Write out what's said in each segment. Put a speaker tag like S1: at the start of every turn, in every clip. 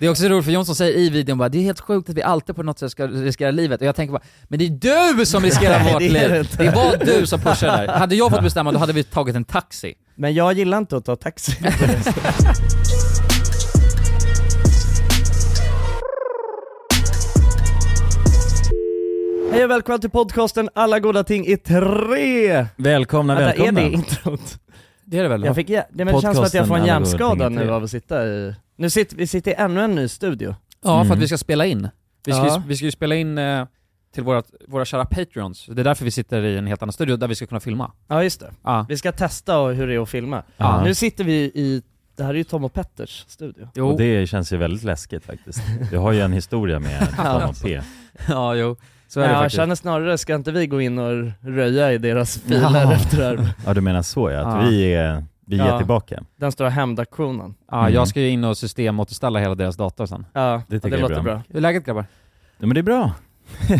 S1: Det är också roligt för Jonsson säger i videon bara, det är helt sjukt att vi alltid på något sätt ska riskera livet. Och jag tänker bara, men det är du som riskerar
S2: Nej,
S1: vårt
S2: det är det
S1: liv!
S2: inte.
S1: Det var du som pushade där. Hade jag fått bestämma då hade vi tagit en taxi.
S2: Men jag gillar inte att ta taxi. Hej och välkomna till podcasten Alla goda ting i tre!
S3: Välkomna,
S2: Vänta, är
S3: välkomna.
S2: det introt?
S1: Det är det väl?
S2: Jag fick, jä- det, men det känns som att jag
S3: Podcasten
S2: får en
S3: Alla goda
S2: hjärnskada
S3: ting i tre.
S2: nu av att sitta i... Nu sitter vi sitter i ännu en ny studio.
S1: Ja, för
S3: Mm.
S1: att vi ska spela in. Vi ska,
S2: Ja.
S1: ju, vi ska ju spela in eh, till våra, våra kära patreons. Det är därför vi sitter i en helt annan studio där vi ska kunna filma.
S2: Ja just det.
S1: Ja.
S2: Vi ska testa och- hur det är att filma.
S3: Ja.
S2: Nu sitter vi i, det här är ju Tom och Petters studio.
S1: Jo.
S3: Och det känns ju väldigt läskigt faktiskt. Jag har ju en historia med Tom och P.
S1: ja, jo. Så är det
S2: Ja, jag
S1: faktiskt.
S2: känner snarare, ska inte vi gå in och röja i deras filer
S1: Ja.
S2: efter det här?
S3: Ja du menar så ja, att
S1: Ja.
S3: vi är, vi är
S2: Ja.
S3: tillbaka.
S2: Den stora hämndaktionen.
S1: Ja,
S3: Mm.
S1: jag ska ju in och systemåterställa hela deras dator sen.
S2: Ja,
S3: Det
S2: det,
S3: tycker
S2: det
S3: jag är
S2: låter bra.
S3: bra.
S1: Hur är läget grabbar?
S3: Ja, men det är bra. det,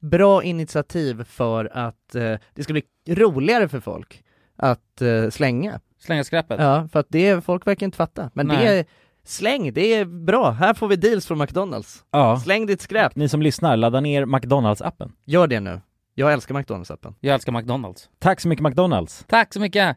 S4: bra initiativ för att eh, det ska bli roligare för folk att eh, slänga.
S5: Slänga skräpet.
S4: Ja, för att det, är- folk verkar inte fatta. Men det
S5: Nej.
S4: är, släng, det är bra. Här får vi deals från McDonalds.
S3: Ja.
S4: Släng ditt skräp.
S3: Ni som lyssnar, ladda ner McDonalds-appen.
S4: Gör det nu. Jag älskar McDonalds-appen.
S5: Jag älskar McDonalds.
S3: Tack så mycket McDonalds!
S5: Tack så mycket!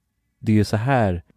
S3: det är ju så här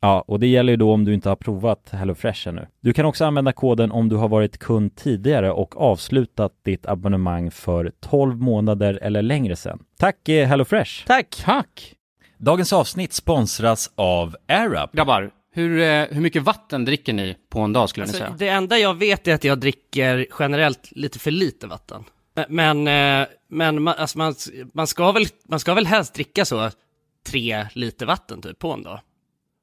S3: Ja, och det gäller ju då om du inte har provat HelloFresh ännu. Du kan också använda koden om du har varit kund tidigare och avslutat ditt abonnemang för 12 månader eller längre sedan. Tack eh, HelloFresh!
S4: Tack!
S5: Tack!
S3: Dagens avsnitt sponsras av AirUp.
S1: Grabbar, hur, eh, hur mycket vatten dricker ni på en dag skulle ni säga?
S2: Alltså, det enda jag vet är att jag dricker generellt lite för lite vatten. Men, men, eh, men man, alltså man, man, ska väl, man ska väl helst dricka så tre liter vatten typ på en dag.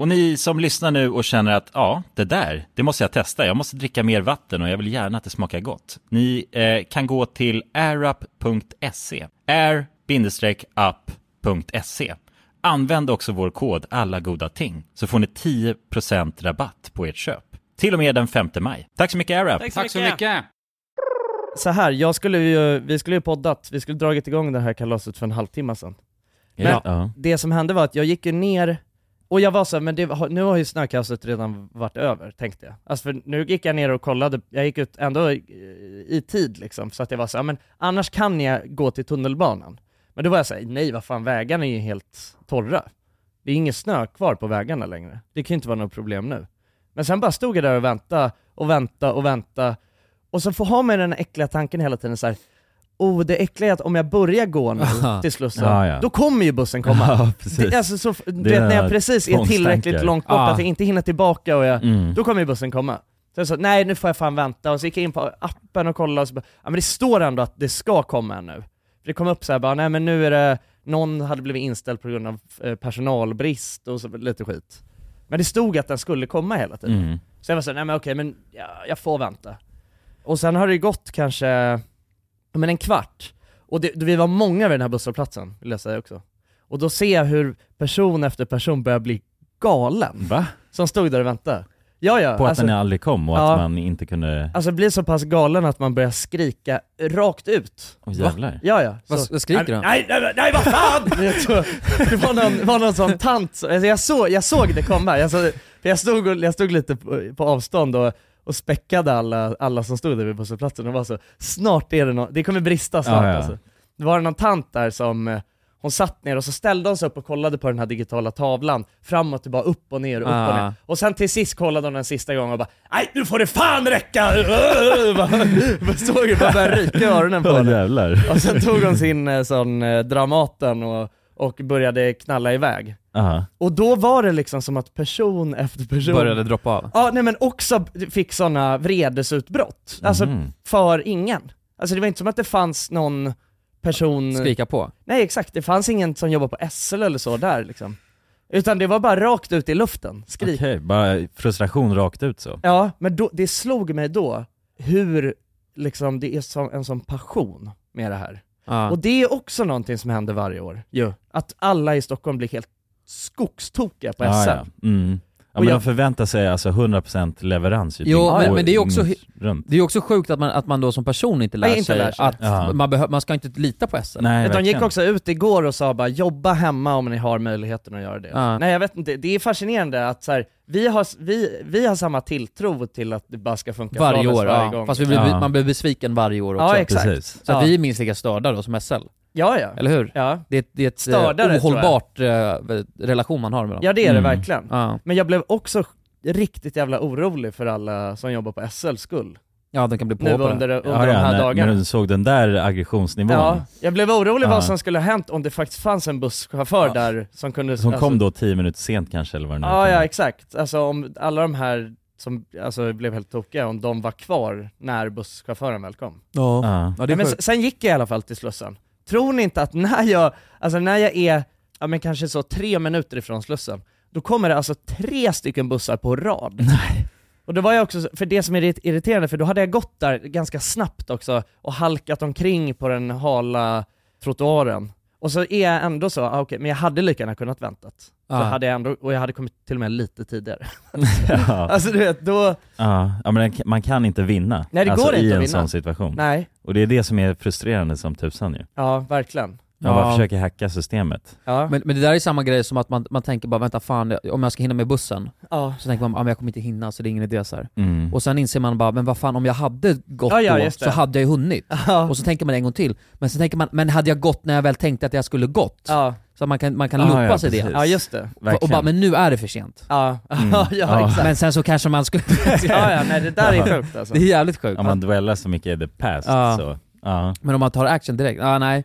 S3: Och ni som lyssnar nu och känner att ja, det där, det måste jag testa. Jag måste dricka mer vatten och jag vill gärna att det smakar gott. Ni eh, kan gå till airup.se. Air
S5: app.se. Använd också vår kod alla goda ting så får ni 10% rabatt på ert köp. Till och med den 5 maj. Tack så mycket Arab!
S6: Tack så mycket!
S2: Så här, jag skulle ju, vi skulle ju poddat, vi skulle dragit igång det här kalaset för en halvtimme sedan.
S5: Ja.
S2: Det som hände var att jag gick ju ner, och jag var så här, men det, har- nu har ju snökaoset redan varit över, tänkte jag. Alltså för nu gick jag ner och kollade, jag gick ut ändå i, i tid liksom, så att jag var så här, men annars kan jag gå till tunnelbanan. Men då var jag såhär, nej vad fan vägarna är ju helt torra. Det är ingen snö kvar på vägarna längre. Det kan ju inte vara något problem nu. Men sen bara stod jag där och väntade och väntade och väntade. Och så får ha mig den här äckliga tanken hela tiden så här. Oh, det äckliga är att om jag börjar gå nu till Slussen,
S5: Ja, ja.
S2: då kommer ju bussen komma.
S5: Ja, precis.
S2: Det, alltså, så, du
S5: Det
S2: vet när
S5: är
S2: jag precis är tillräckligt
S5: tvångstankar.
S2: långt bort,
S1: Ja.
S2: att jag inte hinner tillbaka och jag,
S5: Mm.
S2: då kommer ju bussen komma. Så jag sa, nej nu får jag fan vänta, och så gick jag in på appen och kollade och så bara, ja men det står ändå att det ska komma en nu. För det kom upp så här, bara, nej men nu är det, någon hade blivit inställd på grund av eh, personalbrist och så, lite skit. Men det stod att den skulle komma hela tiden.
S5: Mm.
S2: Så jag var så här, nej men okej, men jag, jag får vänta. Och sen har det gått kanske, ja, men en kvart. Och det, vi var många vid den här busshållplatsen, vill jag säga också. Och då ser jag hur person efter person börjar bli galen,
S5: Va?
S2: som stod där och väntade. Ja ja,
S5: På att
S2: alltså,
S5: den aldrig kom och
S2: Ja.
S5: att man inte kunde...
S2: alltså blir så pass galen att man börjar skrika rakt ut.
S5: Åh jävlar.
S2: Ja ja.
S1: Vad,
S2: så-
S1: vad skriker han?
S2: Nej, nej, nej, nej vad fan! Du vet, så- det var någon, var någon sån tant, som- alltså jag, såg, jag såg det komma, jag, såg, för jag, stod, och- jag stod lite på, på avstånd och, och späckade alla, alla som stod där vid busshållplatsen och var så, snart är det någon, det kommer brista snart
S5: Ja, ja.
S2: alltså. Det var någon tant där som, eh, hon satt ner och så ställde hon sig upp och kollade på den här digitala tavlan, fram och tillbaka, upp och ner, upp och
S1: Ah.
S2: ner. Och sen till sist kollade hon den sista gången och bara Nej nu får det fan räcka! Öh! Bara- Såg hur det bara började ryka i öronen på
S5: Åh
S2: henne.
S5: jävlar.
S2: Och sen tog hon sin eh, sån eh, Dramaten och, och började knalla iväg.
S5: Aha.
S2: Och då var det liksom som att person efter person
S1: Började droppa av.
S2: Ja, nej men också b- fick såna vredesutbrott. Alltså
S5: Mhm.
S2: för ingen. Alltså det var inte som att det fanns någon person...
S1: Skrika på.
S2: Nej exakt, det fanns ingen som jobbade på SL eller så där liksom. Utan det var bara rakt ut i luften,
S5: Okej,
S2: skrik.
S5: bara frustration rakt ut så.
S2: Ja, men då, det slog mig då hur liksom det är som, en sån passion med det här.
S1: Ja.
S2: Och det är också någonting som händer varje år ju. Att alla i Stockholm blir helt skogstokiga på
S5: Ja,
S2: SM.
S5: ja. Mm. Ja,
S2: Och
S5: men
S2: jag-
S5: de förväntar sig alltså 100% leverans ju.
S1: Jo,
S5: Det
S1: men-
S5: går
S1: men det är också-
S5: dygnet Runt.
S1: Det är ju också sjukt att man, att man då som person inte lär
S2: Nej, inte
S1: sig
S2: lär sig.
S1: att
S5: Ja.
S1: man, behö- man ska inte lita på SL.
S5: Nej,
S2: Men de gick
S5: verkligen.
S2: också ut igår och sa bara jobba hemma om ni har möjligheten att göra det.
S1: Ja.
S2: Nej jag vet inte, det är fascinerande att så här, vi, har, vi, vi har samma tilltro till att det bara ska funka
S1: Varje
S2: flawless
S1: år,
S2: varje
S1: ja.
S2: gång.
S1: Fast vi blir,
S5: Ja.
S1: man blir besviken varje år också.
S2: Ja, exakt.
S5: Precis.
S1: Så att
S2: Ja.
S1: vi är minst lika störda då som SL,
S2: Ja ja.
S1: eller hur?
S2: ja.
S1: Det är, ett- det är ett eh,
S2: Stördare, tror jag.
S1: ohållbart eh, relation man har med dem.
S2: Ja det är
S5: Mm.
S2: det verkligen.
S1: Ja,
S2: Men jag blev också riktigt jävla orolig för alla som jobbar på SL skull.
S1: ja de kan bli på
S2: Nu
S1: på det.
S2: under, under
S5: Ja,
S2: de
S5: ja,
S2: här
S5: när,
S2: dagarna.
S5: när du såg den där aggressionsnivån
S2: Ja, jag blev orolig
S5: Ja.
S2: vad som skulle ha hänt om det faktiskt fanns en busschaufför
S5: Ja.
S2: där som kunde...
S5: Som
S2: alltså,
S5: kom då 10 minuter sent kanske eller vad det nu
S2: Ja,
S5: kan
S2: ja
S5: vara.
S2: exakt. Alltså om alla de här som alltså, blev helt tokiga, om de var kvar när busschauffören väl kom.
S1: Ja.
S5: ja.
S1: Ja, det
S2: Ja,
S1: är
S2: men
S1: sjukt.
S2: s- sen gick jag i alla fall till Slussen. Tror ni inte att när jag, alltså när jag är, ja men kanske så tre minuter ifrån Slussen, då kommer det alltså tre stycken bussar på rad. Och då var jag också, för det som är irrit- irriterande, för då hade jag gått där ganska snabbt också och halkat omkring på den hala trottoaren. Och så är jag ändå så, ah, okej, men jag hade lika gärna kunnat väntat. Så
S1: Ja.
S2: hade jag ändå, och jag hade kommit till och med lite tidigare.
S5: ja.
S2: Alltså du vet, då,
S5: ja. ja, men den, man kan inte vinna.
S2: Nej, det
S5: alltså,
S2: går inte
S5: i
S2: att
S5: en
S2: vinna.
S5: sån situation.
S2: nej,
S5: Och det är det som är frustrerande som tusan ju.
S2: ja verkligen.
S5: Man bara
S1: Ja.
S5: försöker hacka systemet.
S2: Ja,
S1: Men, men det där är samma grej som att man, man tänker bara vänta fan, jag- om jag ska hinna med bussen,
S2: ja.
S1: så tänker man ah, men jag kommer inte hinna så det är ingen idé så här.
S5: Mm.
S1: Och sen inser man bara, men vad fan om jag hade gått
S2: Ja, ja,
S1: då
S2: just det.
S1: så hade jag ju hunnit.
S2: ja.
S1: Och så tänker man en gång till, men sen tänker man, men hade jag gått när jag väl tänkte att jag skulle gått?
S2: ja.
S1: Så att man kan, man kan
S5: Ah,
S1: loopa
S5: ja,
S1: sig
S5: precis.
S1: det.
S2: ja just det.
S5: Verkligen.
S1: Och bara, men nu är det för sent.
S2: Ja,
S5: Mm.
S2: ja, ja exakt.
S1: Men sen så kanske man skulle...
S2: Ja, ja, nej det där är sjukt alltså.
S1: Det är jävligt sjukt.
S5: Om man dwellar så mycket i the past
S1: Ja.
S5: så, ja.
S1: Men om man tar action direkt, ah, nej.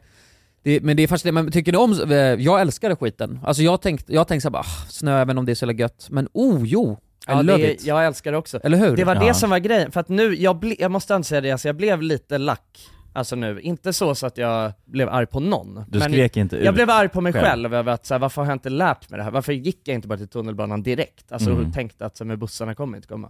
S1: Det, men det är faktiskt men tycker ni om, eh, jag älskade skiten. Alltså jag tänkte jag tänkt såhär bara, ah, snö även om det är så jävla gött. Men oh jo, I
S2: Ja,
S1: love
S2: det,
S1: it.
S2: jag älskar det också.
S1: Eller hur?
S2: Det var
S5: Ja.
S2: det som var grejen, för att nu, jag, ble, jag måste ändå säga det, alltså, jag blev lite lack. Alltså nu, inte så, så att jag blev arg på någon.
S5: Du
S2: men
S5: skrek inte ut.
S2: jag blev arg på mig
S5: själv.
S2: själv, över att så här, varför har jag inte lärt mig det här? Varför gick jag inte bara till tunnelbanan direkt? Alltså
S5: Mm.
S2: och tänkte att så här, med bussarna kommer inte komma.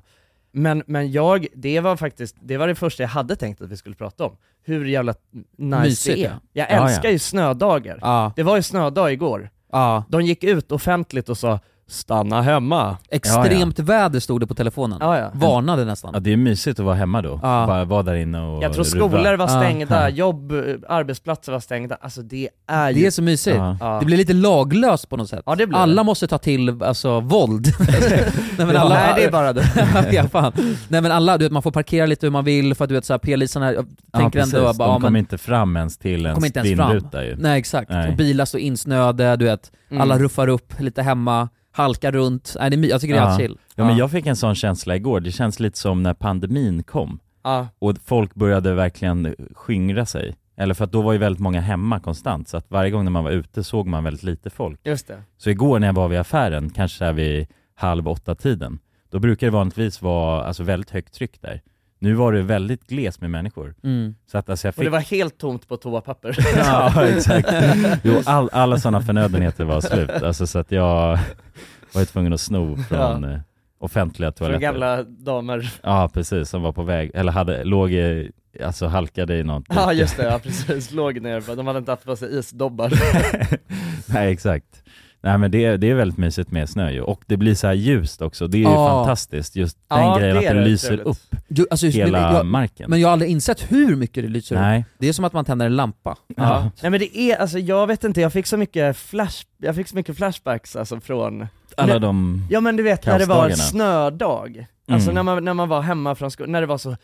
S2: Men, men jag, det var faktiskt, det var det första jag hade tänkt att vi skulle prata om. Hur jävla nice
S1: Mysigt,
S2: det
S1: ja.
S2: är. Jag
S3: Ja,
S2: älskar
S3: ja.
S2: ju snödagar.
S1: Ja,
S2: Det var ju snödag igår.
S1: ja.
S2: De gick ut offentligt och sa 'stanna hemma'
S1: Extremt väder stod det på telefonen.
S2: Ja, ja.
S1: Varnade
S3: Ja,
S1: nästan.
S3: det är mysigt att vara hemma då.
S1: Ja.
S3: Bara vara där inne och
S2: Jag tror
S3: ruva.
S2: skolor var
S1: Ja,
S2: stängda,
S3: Ah, ja.
S2: jobb, eh, arbetsplatser var stängda. Alltså det är ju...
S1: Det är så mysigt.
S3: Ja.
S2: ja.
S1: Det blir lite laglöst på något sätt.
S2: Ja, det blir
S1: alla måste ta till alltså, våld. Nej, men alla,
S2: Nej det är bara det.
S1: ja, fan. Nej men alla, du vet, man får parkera lite hur man vill för att du vet såhär, poliserna jag tänker
S3: ja,
S1: ändå
S3: precis.
S1: bara, ja,
S3: De
S1: men,
S3: kom inte fram ens till ens,
S1: kom inte ens fram.
S3: vindruta ju.
S1: Nej exakt,
S3: Nej.
S1: och bilar står insnöade, du vet,
S2: Mm.
S1: alla ruffar upp lite hemma, halkar runt, Nej, det är, my- jag tycker det är
S3: Ja.
S1: chill.
S3: Ja, men jag fick en sån känsla igår, det känns lite som när pandemin kom
S2: Ja.
S3: och folk började verkligen skingra sig. Eller för att då var ju väldigt många hemma konstant, så att varje gång när man var ute såg man väldigt lite folk.
S2: Just det.
S3: Så igår när jag var vid affären, kanske så här vid halv åtta-tiden, då brukar det vanligtvis vara alltså, väldigt högt tryck där. Nu var det väldigt gles med människor.
S1: Mm.
S3: Så att alltså, jag
S2: Och
S3: fick
S2: det var helt tomt på toapapper.
S3: Ja, exakt. Jo, all, alla sådana förnödenheter var slut. Alltså, så att jag var ju tvungen att sno från eh, offentliga
S2: Från
S3: toaletter.
S2: gamla damer.
S3: Ja, precis. Som var på väg, eller hade, låg i, alltså halkade i något.
S2: Ja just det, ja precis. Låg ner, de hade inte haft på sig isdobbar.
S3: Nej, exakt. Nej men det, är- det är väldigt mysigt med snö ju. Och det blir så här ljust också. Det är ju
S1: Ja.
S3: fantastiskt. Just den
S2: Ja,
S3: grejen
S2: det
S3: att
S2: är
S3: det
S2: rätt
S3: lyser
S2: trevligt.
S3: upp
S1: Du, alltså, just,
S3: hela
S1: men, jag,
S3: marken.
S1: men jag har aldrig insett hur mycket det lyser upp.
S3: Nej.
S1: Det är som att man tänder en lampa.
S3: Ja.
S2: Nej men det är, alltså jag vet inte, jag fick så mycket flash, jag fick så mycket flashbacks alltså från
S3: Alla
S2: Men-
S3: de...
S2: Ja men du vet när det var
S3: Kaosdagarna.
S2: snödag, alltså
S3: Mm.
S2: när, man, när man var hemma från skolan, när det var så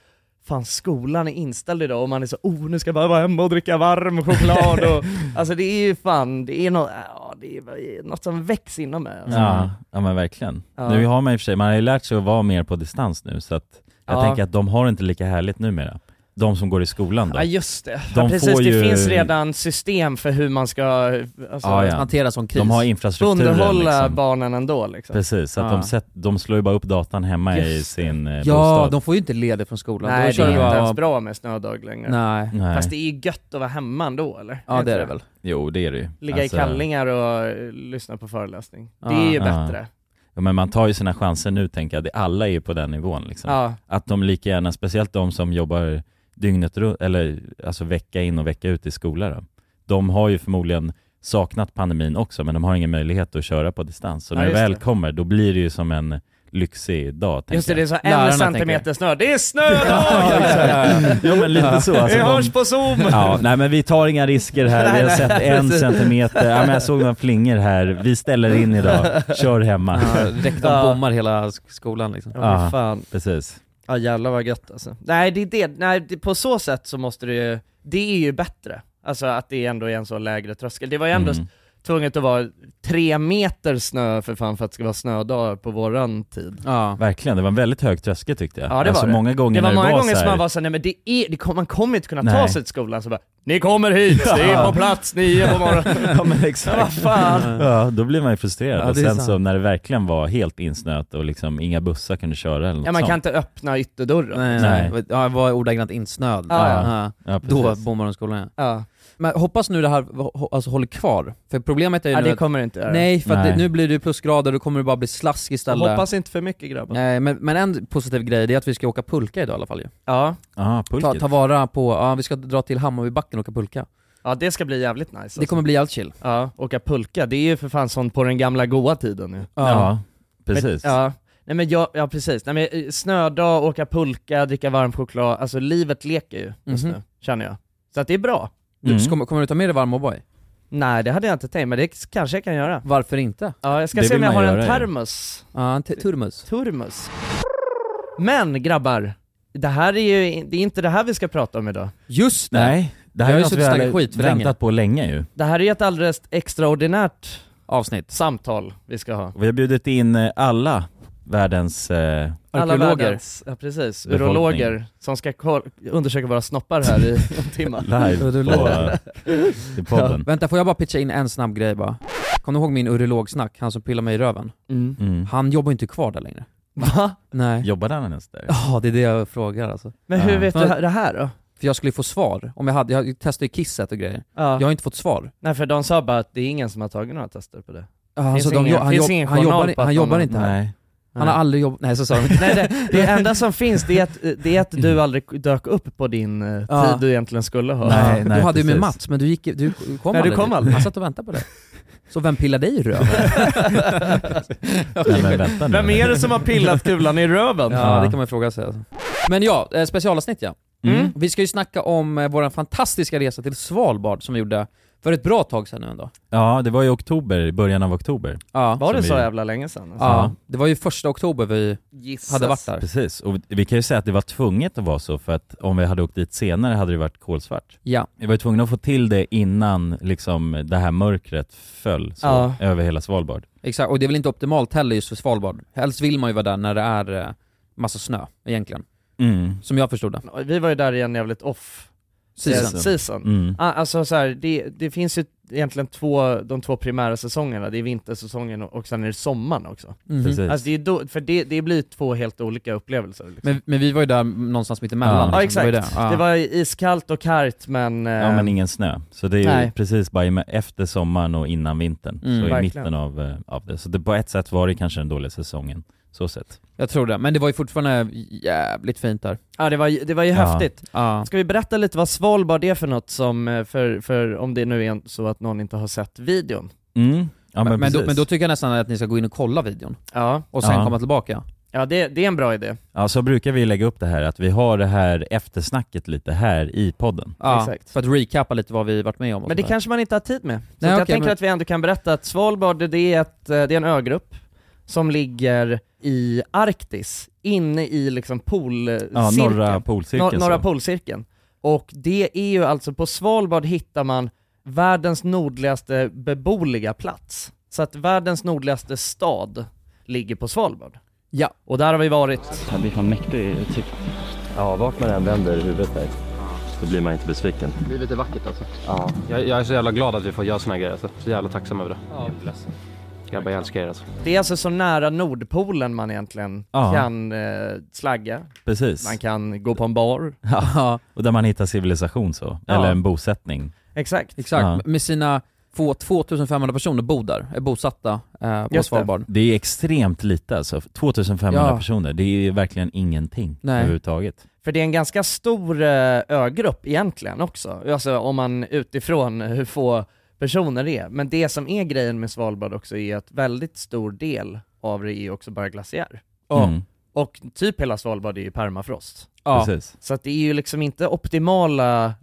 S2: Fan skolan är inställd idag och man är så oh nu ska jag bara vara hemma och dricka varm choklad och Alltså det är ju fan, det är något, ja, det är något som väcks inom mig alltså.
S3: Ja, ja men verkligen.
S2: Ja.
S3: Nu har man i och för sig, man har ju lärt sig att vara mer på distans nu så att jag
S2: Ja.
S3: tänker att de har inte lika härligt numera. De som går i skolan då.
S2: Ja just det,
S3: De
S2: ja, precis
S3: får
S2: det
S3: ju-
S2: finns redan system för hur man ska alltså,
S3: Ah, Ja, ja.
S1: Hantera som kris.
S3: de har infrastrukturen
S2: underhålla
S3: liksom.
S2: barnen ändå liksom
S3: Precis, så att
S1: Ja.
S3: de, sätt, de slår ju bara upp datan hemma i
S2: Just det.
S3: sin eh,
S1: ja,
S3: bostad.
S1: de får ju inte ledigt från skolan. Då
S2: Nej det
S1: kör
S2: är
S1: du
S2: inte
S1: bara-
S2: ens bra med snödag längre
S1: Nej.
S3: Nej.
S2: Fast det är ju gött att vara hemma ändå eller?
S1: Ja det
S2: inte
S1: är det väl.
S3: Jo, det är det ju.
S2: Ligga
S3: Alltså,
S2: i kallingar och eh, lyssna på föreläsning.
S1: Ja,
S2: det är ju
S3: ja.
S2: bättre.
S3: Ja, men man tar ju sina chanser nu tänker jag. Det- Alla är ju på den nivån liksom.
S2: Ja.
S3: Att de lika gärna, speciellt de som jobbar dygnet runt, eller alltså vecka in och vecka ut i skola då. De har ju förmodligen saknat pandemin också, men de har ingen möjlighet att köra på distans. Så
S2: Ja,
S3: när det
S2: just
S3: väl
S2: det.
S3: kommer, då blir det ju som en lyxig dag tänker
S2: Just det, det är så
S1: Lärarna
S2: en centimeter snö. Det är
S3: jag.
S2: snödag!
S3: exakt. Jo men lite så.
S2: Vi
S3: Alltså,
S2: hörs
S3: de...
S2: på zoom!
S3: Ja, nej men vi tar inga risker här, vi har sett en centimeter, ja, men jag såg några flingor här, vi ställer in idag, kör hemma.
S1: Ja, rektorn
S2: Ja.
S1: bommar hela sk- skolan liksom.
S2: Ja,
S3: Ja.
S2: men fan.
S3: Precis.
S2: Ja jävlar vad gött alltså. Nej det är det, nej det, på så sätt så måste det ju, det är ju bättre. Alltså att det ändå är en så lägre tröskel. Det var ju ändå
S3: Mm.
S2: tvunget att vara tre meter snö för fan för att det ska vara snödag på våran tid.
S1: Ja.
S3: Verkligen, det var en väldigt hög tröskel tyckte jag.
S2: Ja, det
S3: alltså,
S2: var det.
S3: många
S2: Det
S3: gånger
S2: var
S3: när
S2: många
S3: det var
S2: gånger
S3: så
S2: som
S3: här,
S2: man var såhär, nej men det är, det kom, man kommer inte kunna ta
S3: Nej.
S2: sig till skolan, så bara Ni kommer hit, det är på plats nio på morgonen.
S3: Ja men
S2: Ja, vad
S3: exakt.
S2: fan.
S3: Ja, då blir man ju frustrerad.
S1: Ja,
S3: och
S1: det är
S3: sen
S1: sant.
S3: så när det verkligen var helt insnöat och liksom inga bussar kunde köra eller något
S2: Ja man kan
S3: sånt.
S2: inte öppna ytterdörren.
S1: Nej, nej. nej. Ja, jag var ordagrant insnöad.
S2: Ja, ja.
S3: Ja,
S1: Då
S3: precis.
S1: bommar de skolan ja.
S2: Ja.
S1: Men hoppas nu det här ho- alltså, håller kvar. För problemet är ju
S2: ja,
S1: nu
S2: det
S1: att-
S2: kommer det inte göra.
S1: Nej, för att
S3: Nej.
S1: Det, nu blir det ju plusgrader, då kommer det bara bli slask istället.
S2: Hoppas inte för mycket grabbar.
S1: Nej, men, men en positiv grej det är att vi ska åka pulka idag i alla fall ju.
S2: Ja.
S3: Ja,
S1: Ta,
S3: pulket.
S1: ta vara på, ja vi ska dra till Hammarbybacken och åka pulka.
S2: ja, det ska bli jävligt nice alltså.
S1: Det kommer bli allt chill.
S2: Ja, åka pulka, det är ju för fan sånt på den gamla goa tiden nu.
S3: Ja, precis.
S2: Men, ja. Nej men jag, ja precis, nej men eh, snödag, åka pulka, dricka varm choklad, alltså livet leker ju just
S1: Mhm.
S2: nu, känner jag. Så att det är bra.
S1: Du,
S3: Mm.
S1: så kommer, kommer du ta med dig varm O'boy?
S2: Nej det hade jag inte tänkt, men det kanske jag kan göra.
S1: Varför inte?
S2: Ja, jag ska
S3: Det
S2: se om
S3: vill
S2: jag
S3: man
S2: har en
S3: göra, ja.
S2: termos.
S1: Ja, en te- turmus.
S2: Turmus. Men grabbar, det här är ju det är inte det här vi ska prata om idag.
S1: Just det!
S3: Nej, det här
S1: Jag har
S3: är
S1: ju
S3: något
S1: suttit
S3: vi
S1: och snackat
S3: har
S1: skit för
S3: väntat
S1: länge.
S3: på länge ju.
S2: Det här är ju ett alldeles extraordinärt
S1: Avsnitt.
S2: samtal vi ska ha.
S3: Vi har bjudit in eh, alla världens... Eh,
S2: Alla
S1: Arkeologer.
S2: världens, ja precis,
S3: Befolkning.
S2: urologer som ska koll- undersöka våra snoppar här i en timme.
S1: Mm.
S3: live på, eh, i podden.
S1: Vänta, får jag bara pitcha in en snabb grej bara? Kommer du ihåg min urologsnack? Han som pillade mig i röven?
S2: Mm.
S3: Mm.
S1: Han jobbar ju inte kvar där längre.
S2: Va?
S1: Nej.
S3: Jobbade han ens där?
S1: Ja, det är det jag frågar alltså.
S2: Men hur
S3: Ja.
S2: vet du det här då?
S1: För jag skulle ju få svar. Om jag hade, jag testade ju kisset och grejer.
S2: Ja.
S1: Jag har inte fått svar.
S2: Nej för de sa bara att det är ingen som har tagit några tester på det.
S1: Ja, Han,
S2: Finns
S1: sa Alltså, de,
S2: ingen-
S1: han,
S2: finns
S1: jobb-
S2: ingen
S1: han,
S2: journal
S1: jobbar,
S2: på att
S1: han
S2: de-
S1: jobbar inte här.
S3: Nej.
S1: Han har aldrig jobbat... Nej så sa de inte.
S2: Nej, det, det enda som finns det är, att, det är att du aldrig dök upp på din eh, tid
S1: Ja.
S2: du egentligen skulle ha.
S3: Nej,
S1: du
S3: nej,
S1: hade ju med
S3: precis.
S1: Mats, men du, gick, du kom
S2: Nej, du kom aldrig.
S1: Han satt och väntade på dig. Så vem pillar dig i röven?
S3: Nej, men vänta nu.
S2: Vem är det som har pillat kulan i röven?
S1: Ja, det kan man ju fråga sig. alltså. Men ja, eh, specialavsnitt ja.
S3: Mm.
S1: Vi ska ju snacka om eh, vår fantastiska resa till Svalbard som vi gjorde för ett bra tag sedan nu ändå.
S3: Ja, det var i oktober, i början av oktober.
S1: Ja.
S2: Var det
S3: Som
S2: så
S3: i-
S2: jävla länge sedan? alltså?
S1: ja. Det var ju första oktober vi hade varit där.
S3: Precis, och vi kan ju säga att det var tvunget att vara så för att om vi hade åkt dit senare hade det varit kolsvart.
S1: Ja.
S3: Vi var ju tvungna att få till det innan liksom det här mörkret föll så,
S2: Ja.
S3: över hela Svalbard.
S1: Exakt, och det är väl inte optimalt heller just för Svalbard. Helst vill man ju vara där när det är eh, massa snö egentligen.
S3: Mm.
S1: Som jag förstod det.
S2: Vi var ju där i en jävligt off
S1: Season.
S2: eh, season.
S3: Mm.
S2: Ah, Alltså så här, det, det finns ju egentligen två, de två primära säsongerna, det är vintersäsongen och och sen är det sommaren också.
S1: Mhm.
S3: Precis.
S2: Alltså det är då, för det, det blir två helt olika upplevelser. Liksom.
S1: Men, men vi var ju där någonstans mitt emellan.
S3: Ja.
S1: liksom.
S2: ja exakt,
S1: Det
S2: det
S1: var, ju
S2: var,
S1: det. Ja.
S2: iskallt och kargt men... eh,
S3: Ja men ingen snö, så det är ju
S2: Nej.
S3: precis bara i med- efter sommaren och innan vintern,
S1: Mm.
S3: så i
S2: Verkligen.
S3: mitten av, eh, av det. Så det, på ett sätt var det kanske den dåliga säsongen, så sett.
S1: Jag tror det. Men det var ju fortfarande jävligt fint där.
S2: ja, det, var, ju- det var ju
S3: Ja.
S2: häftigt.
S1: Ja.
S2: Ska vi berätta lite vad Svalbard är för något som, eh, för, för om det nu är en- så att någon inte har sett videon?
S3: Mm. Ja men,
S1: men, men, då,
S3: precis.
S1: men då tycker jag nästan att ni ska gå in och kolla videon.
S2: Ja,
S1: Och sen
S3: Ja.
S1: komma tillbaka.
S2: ja det, det är en bra idé.
S3: Ja så brukar vi lägga upp det här, att vi har det här eftersnacket lite här i podden.
S1: Ja.
S2: Exakt.
S1: För att recappa lite vad vi varit med om. och
S2: Men det
S1: sådär.
S2: kanske man inte har tid med. Så
S1: Nej,
S2: att jag
S1: okej,
S2: tänker
S1: men-
S2: att vi ändå kan berätta att Svalbard det är, ett, eh, det är en ögrupp som ligger i Arktis, inne i liksom polcirkeln.
S3: Ja, norra polcirkeln.
S2: Nor- norra
S3: så.
S2: polcirkeln. Och det är ju alltså, på Svalbard hittar man världens nordligaste beboliga plats. Så att världens nordligaste stad ligger på Svalbard.
S1: Ja.
S2: Och där har vi varit.
S7: Jag blir fan mäktig typ. Ja, vart man än vänder huvudet där så blir man inte besviken.
S8: Livet är vackert alltså.
S7: Ja.
S8: Jag, jag är så jävla glad att vi får göra såna här grejer. Alltså. Så jävla tacksam över det. Grabbar, jag älskar er alltså.
S2: Det är alltså så nära Nordpolen man egentligen
S3: Ja.
S2: kan eh, slagga,
S3: Precis.
S2: man kan gå på en bar.
S3: Ja, och där man hittar civilisation så,
S2: Ja.
S3: eller en bosättning.
S2: Exakt.
S1: Exakt.
S3: Ja.
S1: Med sina få 2500 personer bor där, är bosatta eh, på
S2: Just det.
S1: Svalbard.
S3: Det är extremt lite alltså, 2500
S1: Ja.
S3: personer, det är ju verkligen ingenting
S1: Nej.
S3: överhuvudtaget.
S2: För det är en ganska stor eh, ögrupp egentligen också, alltså om man utifrån hur få personer det är. Men det som är grejen med Svalbard också är att väldigt stor del av det är också bara glaciär.
S3: Mm,
S2: Och typ hela Svalbard är ju permafrost.
S1: Ja.
S3: Precis.
S2: Så att det är ju liksom inte optimala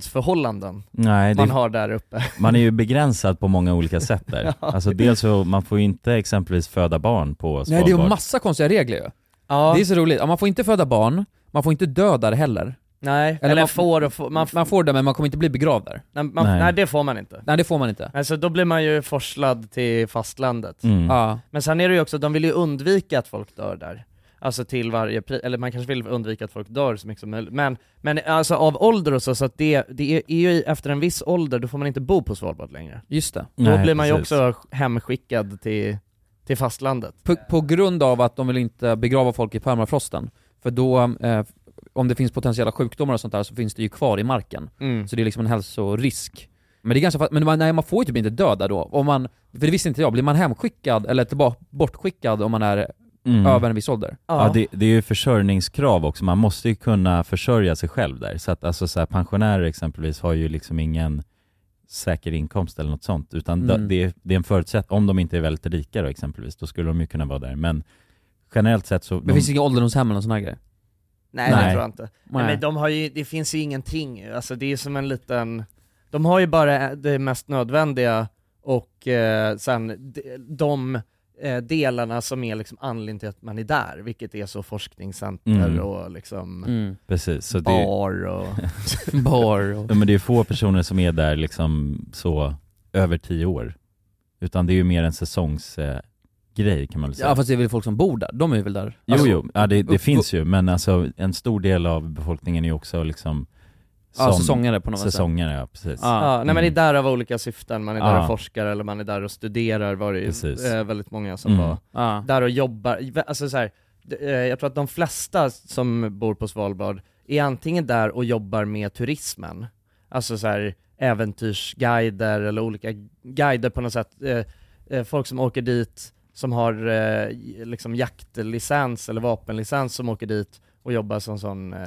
S2: levnadsförhållanden
S3: Nej, det,
S2: man
S3: man,
S2: har där uppe.
S3: är ju begränsad på många olika sätt där. Alltså dels så, man får ju inte exempelvis föda barn på
S1: Nej
S3: Svalbard.
S1: det är ju massa konstiga regler ju.
S2: Ja,
S1: Det är så roligt. Ja, man får inte föda barn, man får inte dö där heller.
S2: nej,
S1: Eller
S2: eller,
S1: man-
S2: får och får, man,
S1: Man,
S2: man,
S1: får det men man kommer inte bli begravd där.
S2: man,
S3: Nej.
S2: nej. det får man inte.
S1: Nej det får man inte.
S2: Alltså då blir man ju forslad till fastlandet.
S3: Mm.
S1: Ja.
S2: Men sen är det ju också, de vill ju undvika att folk dör där. Alltså till varje pris, eller man kanske vill undvika att folk dör så mycket som möjligt. Men, men alltså av ålder och så, så att det, det är, är ju i- efter en viss ålder, då får man inte bo på Svalbard längre.
S1: Just det.
S2: Då
S3: Nej,
S2: blir man
S3: precis.
S2: ju också hemskickad till, till fastlandet.
S1: På, på grund av att de vill inte begrava folk i permafrosten. För då, eh, om det finns potentiella sjukdomar och sånt där så finns det ju kvar i marken. Så det är liksom en hälsorisk. Men det är ganska fa- men man, nej, man får ju typ inte döda då. Om man, för det visste inte jag, blir man hemskickad eller tillbaka, bortskickad om man är
S3: Mm.
S1: över en viss ålder?
S3: Ja, det, det är ju försörjningskrav också, man måste ju kunna försörja sig själv där. Så att alltså så här, pensionärer exempelvis har ju liksom ingen säker inkomst eller något sånt, utan
S1: Mm.
S3: det, är- det är en förutsättning, om de inte är väldigt rika då exempelvis, då skulle de ju kunna vara där. Men generellt sett så...
S1: Men
S3: de,
S1: finns det inga ålderdomshem eller någon sån här grej?
S2: Nej,
S3: Nej.
S2: det tror jag inte. Nej. Men de har ju, det finns ju ingenting, alltså det är som en liten, de har ju bara det mest nödvändiga och eh, sen de, de eh, delarna som är liksom anledningen till att man är där, vilket är så forskningscenter
S3: Mm.
S2: och liksom
S1: Mm.
S3: precis, så det,
S2: bar och...
S1: Bar och...
S3: ja, men det är ju få personer som är där liksom så över tio år. Utan det är ju mer en säsongsgrej eh, grej kan man väl säga.
S1: Ja fast det är väl folk som bor där? De är väl där?
S3: Jo,
S1: Alltså,
S3: jo, ja, det, det
S1: upp-
S3: finns ju, men alltså en stor del av befolkningen är ju också liksom
S1: Ja,
S3: som-
S1: säsongare på något sätt.
S3: säsongare, ja precis.
S1: Ja.
S2: Ja, nej men det är
S3: Mm.
S2: där av olika syften, man är där
S3: Ja.
S2: och forskar eller man är där och studerar var det
S3: Precis.
S2: ju eh, väldigt många som
S3: Mm.
S2: var
S1: Ja.
S2: där och jobbar, alltså så här, d- eh, jag tror att de flesta som bor på Svalbard är antingen där och jobbar med turismen, alltså så här äventyrsguider eller olika guider på något sätt, eh, eh, folk som åker dit som har eh, liksom jaktlicens eller vapenlicens som åker dit och jobbar som sån... Eh,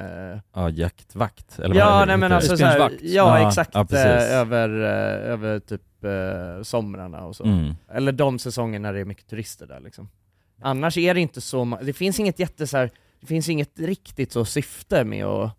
S3: Ja, jaktvakt eller vad
S2: ja,
S3: det
S2: nej men
S3: heter.
S2: alltså så här, ja, exakt,
S3: Ja,
S2: eh,
S3: precis.
S2: över, eh, över typ eh, somrarna och så.
S3: Mm.
S2: Eller de säsongerna det är mycket turister där liksom. Annars är det inte så, ma- det finns inget jätte så här, det finns inget riktigt så syfte med att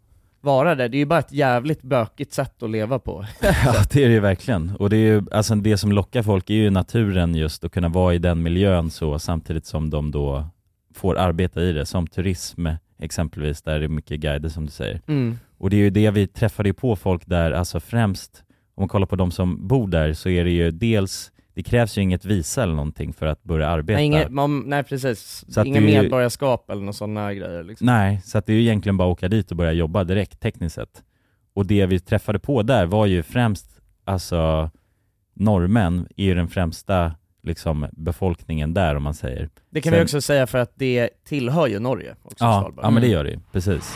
S2: vara där, det är ju bara ett jävligt bökigt sätt att leva på.
S3: Ja det är det ju verkligen. Och det är ju, alltså det som lockar folk är ju naturen just, att kunna vara i den miljön så samtidigt som de då får arbeta i det, som turism exempelvis, där det är mycket guider som du säger.
S2: Mm.
S3: Och det är ju det vi träffade ju på folk där, alltså främst, om man kollar på de som bor där så är det ju dels, det krävs ju inget visa eller någonting för att börja arbeta.
S2: Nej, inget, man, nej precis,
S3: Så att
S2: inget
S3: det är ju-
S2: medborgarskap eller några sådana grejer liksom.
S3: Nej, så att det är ju egentligen bara att åka dit och börja jobba direkt tekniskt sett. Och det vi träffade på där var ju främst, alltså norrmän är ju den främsta liksom, befolkningen där om man säger.
S2: Det kan
S3: Sen-
S2: vi också säga för att det tillhör ju Norge också Mm.
S3: Ja,
S2: Svalbard.
S3: ja men det gör det ju, precis.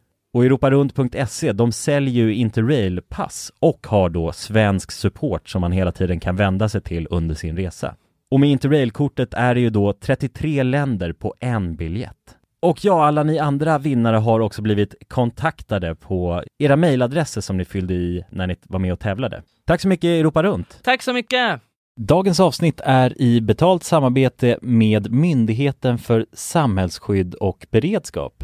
S3: Och europarunt.se, E, de säljer ju Interrail-pass och har då svensk support som man hela tiden kan vända sig till under sin resa. Och med Interrail-kortet är det ju då 33 länder på en biljett. Och ja, alla ni andra vinnare har också blivit kontaktade på era mejladresser som ni fyllde i när ni var med och tävlade. Tack så mycket Europa Runt!
S2: Tack så mycket!
S3: Dagens avsnitt är i betalt samarbete med Myndigheten för samhällsskydd och beredskap,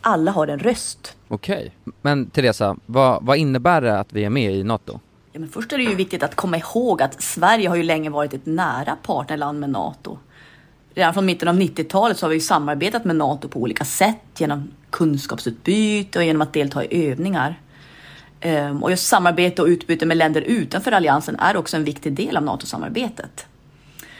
S9: Alla har en röst.
S1: Okej. Men Teresa, vad, vad innebär det att vi är med i NATO?
S9: Ja, men först är det ju viktigt att komma ihåg att Sverige har ju länge varit ett nära partnerland med Nato. Redan från mitten av 90-talet så har vi ju samarbetat med Nato på olika sätt genom kunskapsutbyte och genom att delta i övningar. Ehm, Och just samarbete och utbyte med länder utanför alliansen är också en viktig del av NATO-samarbetet.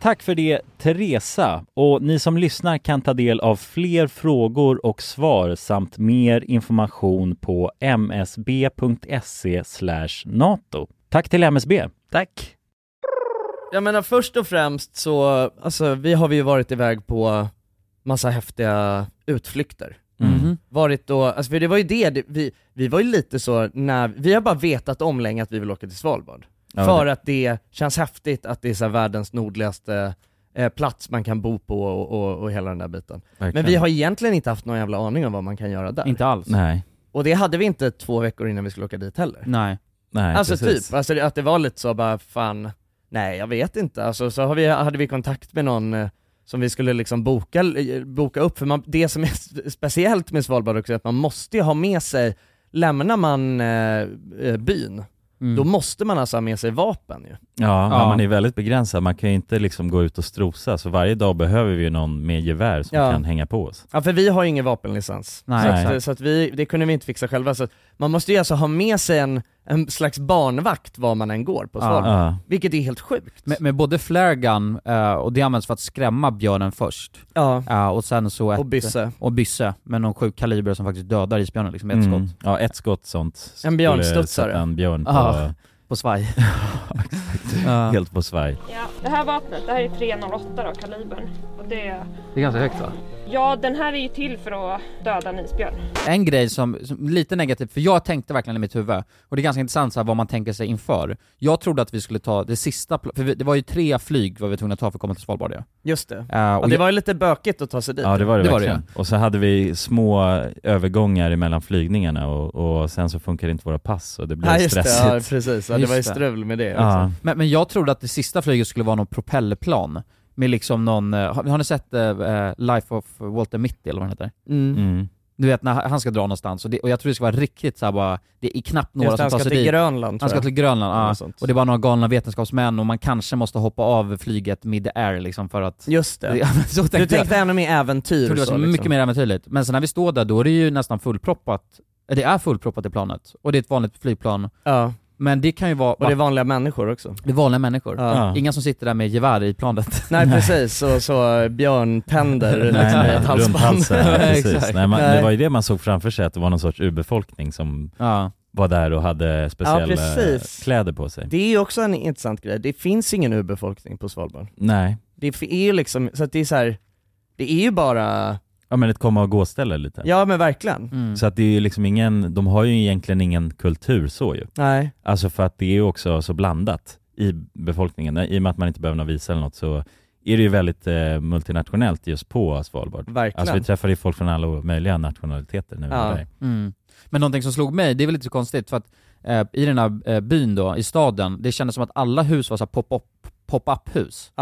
S3: Tack för det Teresa och ni som lyssnar kan ta del av fler frågor och svar samt mer information på msb.se E nato. Tack till MSB.
S10: Tack. Jag menar eh, först och främst så, alltså vi har vi ju varit iväg på massa häftiga utflykter.
S3: Mm,
S2: Mm.
S11: Mhm.
S10: Varit då, alltså för det var ju det, det- vi, vi var ju lite så när, vi har bara vetat om länge att vi vill åka till Svalbard.
S11: Ja,
S10: för
S11: det-
S10: att det känns häftigt att det är så här världens nordligaste
S2: eh, plats man kan bo på och, och, och hela den där biten. Men
S3: Verkligen.
S2: vi har egentligen inte haft någon jävla aning om vad man kan göra där.
S1: Inte alls.
S3: Nej.
S2: Och det hade vi inte två veckor innan vi skulle åka dit heller.
S1: Nej.
S3: Nej,
S2: alltså
S3: precis.
S2: typ, alltså, det- att det var lite så bara fan, nej jag vet inte. Alltså, så har vi, hade vi kontakt med någon eh, som vi skulle liksom boka, eh, boka upp, för man, det som är s- speciellt med Svalbard också är att man måste ju ha med sig, lämnar man eh, eh, byn,
S3: Mm.
S2: då måste man alltså ha med sig vapen ju.
S3: Ja,
S2: Ja.
S3: men man är väldigt begränsad. Man kan ju inte liksom gå ut och strosa, så varje dag behöver vi ju någon med gevär som
S2: Ja.
S3: kan hänga på oss.
S2: Ja för vi har ju ingen vapenlicens,
S3: Nej,
S2: så,
S3: exakt.
S2: att, så att vi, det kunde vi inte fixa själva. Så att man måste ju alltså ha med sig en, en slags barnvakt var man än går på
S1: Ja.
S2: Svalbard.
S1: Ja.
S2: Vilket är helt sjukt.
S1: Med, med både flare gun, eh, och det används för att skrämma björnen först.
S2: Ja.
S1: Eh, och sen så ett,
S2: Och bysse.
S1: Och bysse, med någon sjuk kaliber som faktiskt dödar isbjörnen liksom, med ett
S3: Mm.
S1: skott.
S3: Ja, ett skott sånt.
S1: En
S3: Skulle
S1: björnstudsare.
S3: sätta En björn på...
S1: Ja, på svaj. Ja.
S3: Helt på svaj.
S12: Ja, det här vapnet, det här är 308 då, kalibern. Och det,
S13: Det är ganska högt va?
S12: ja, den här är ju till för att döda en isbjörn.
S1: En grej som, som lite negativt, för jag tänkte verkligen i mitt huvud, och det är ganska intressant så här, vad man tänker sig inför. Jag trodde att vi skulle ta det sista, pl- för vi, det var ju tre flyg vad vi var tvungna att ta för att komma till Svalbard ja.
S2: Just det.
S1: Eh, och
S2: ja, det
S1: jag-
S2: var ju lite bökigt att ta sig dit.
S3: Ja det var det, verkligen. Och så hade vi små övergångar mellan flygningarna och, och sen så funkade inte våra pass och det blev
S2: Ja, just det.
S3: stressigt.
S2: Ja, precis. Ja, det
S1: Just
S2: var ju strul med det liksom.
S3: Ja.
S2: också.
S1: Men, men jag trodde att det sista flyget skulle vara någon propellerplan med liksom någon, eh, har, har ni sett eh, eh, Life of Walter Mitty eller vad den heter?
S2: Mm.
S3: Mm.
S1: Du vet när han han ska dra någonstans, och, det, och jag tror det ska vara riktigt såhär bara, det är knappt några
S2: Just det,
S1: som
S2: han
S1: tar
S2: ska
S1: sig
S2: till
S1: dit.
S2: Grönland, tror
S1: Han ska
S2: jag. Alltså.
S1: till Grönland,
S2: Eller
S1: ja.
S2: något sånt.
S1: Och det är bara några galna vetenskapsmän och man kanske måste hoppa av flyget mid-air liksom för att...
S2: Just det.
S1: Ja, men så tänkte
S2: du tänkte
S1: jag.
S2: ännu mer äventyr.
S1: Jag tror det
S2: så,
S1: var så mycket
S2: liksom.
S1: mer äventyrligt. Men sen när vi står där, då är det ju nästan fullproppat. Det är fullproppat i planet. Och det är ett vanligt flygplan.
S2: Ja.
S1: Men det kan ju vara...
S2: Och det är vanliga människor också.
S1: Det är vanliga människor.
S2: Ja.
S1: Inga som sitter där med gevär i planet.
S2: Nej precis, och så björntänder
S3: Nej,
S2: liksom, i
S3: nej,
S2: ett
S3: runt
S2: halsband.
S3: halsen. Ja, precis. Nej, man,
S2: Nej.
S3: Det var ju det man såg framför sig, att det var någon sorts urbefolkning som
S1: Ja.
S3: var där och hade
S2: Ja,
S3: speciella
S2: precis.
S3: kläder på sig.
S2: Det är ju också en intressant grej, det finns ingen urbefolkning på Svalbard.
S3: Nej.
S2: Det f- är ju liksom, så att det är så här, det är ju bara,
S3: Ja men ett komma och gå-ställe lite.
S2: ja men verkligen.
S1: Mm.
S3: Så att det är ju liksom ingen, de har ju egentligen ingen kultur så ju.
S2: Nej.
S3: Alltså för att det är ju också så blandat i befolkningen. I och med att man inte behöver någon visa eller något så är det ju väldigt eh, multinationellt just på Svalbard.
S1: Verkligen.
S3: Alltså vi träffar ju folk från alla möjliga nationaliteter nu. och där.
S1: Mm. Men någonting som slog mig, det är väl lite så konstigt för att eh, i den här eh, byn då, i staden, det kändes som att alla hus var så här pop-up, pop-up hus.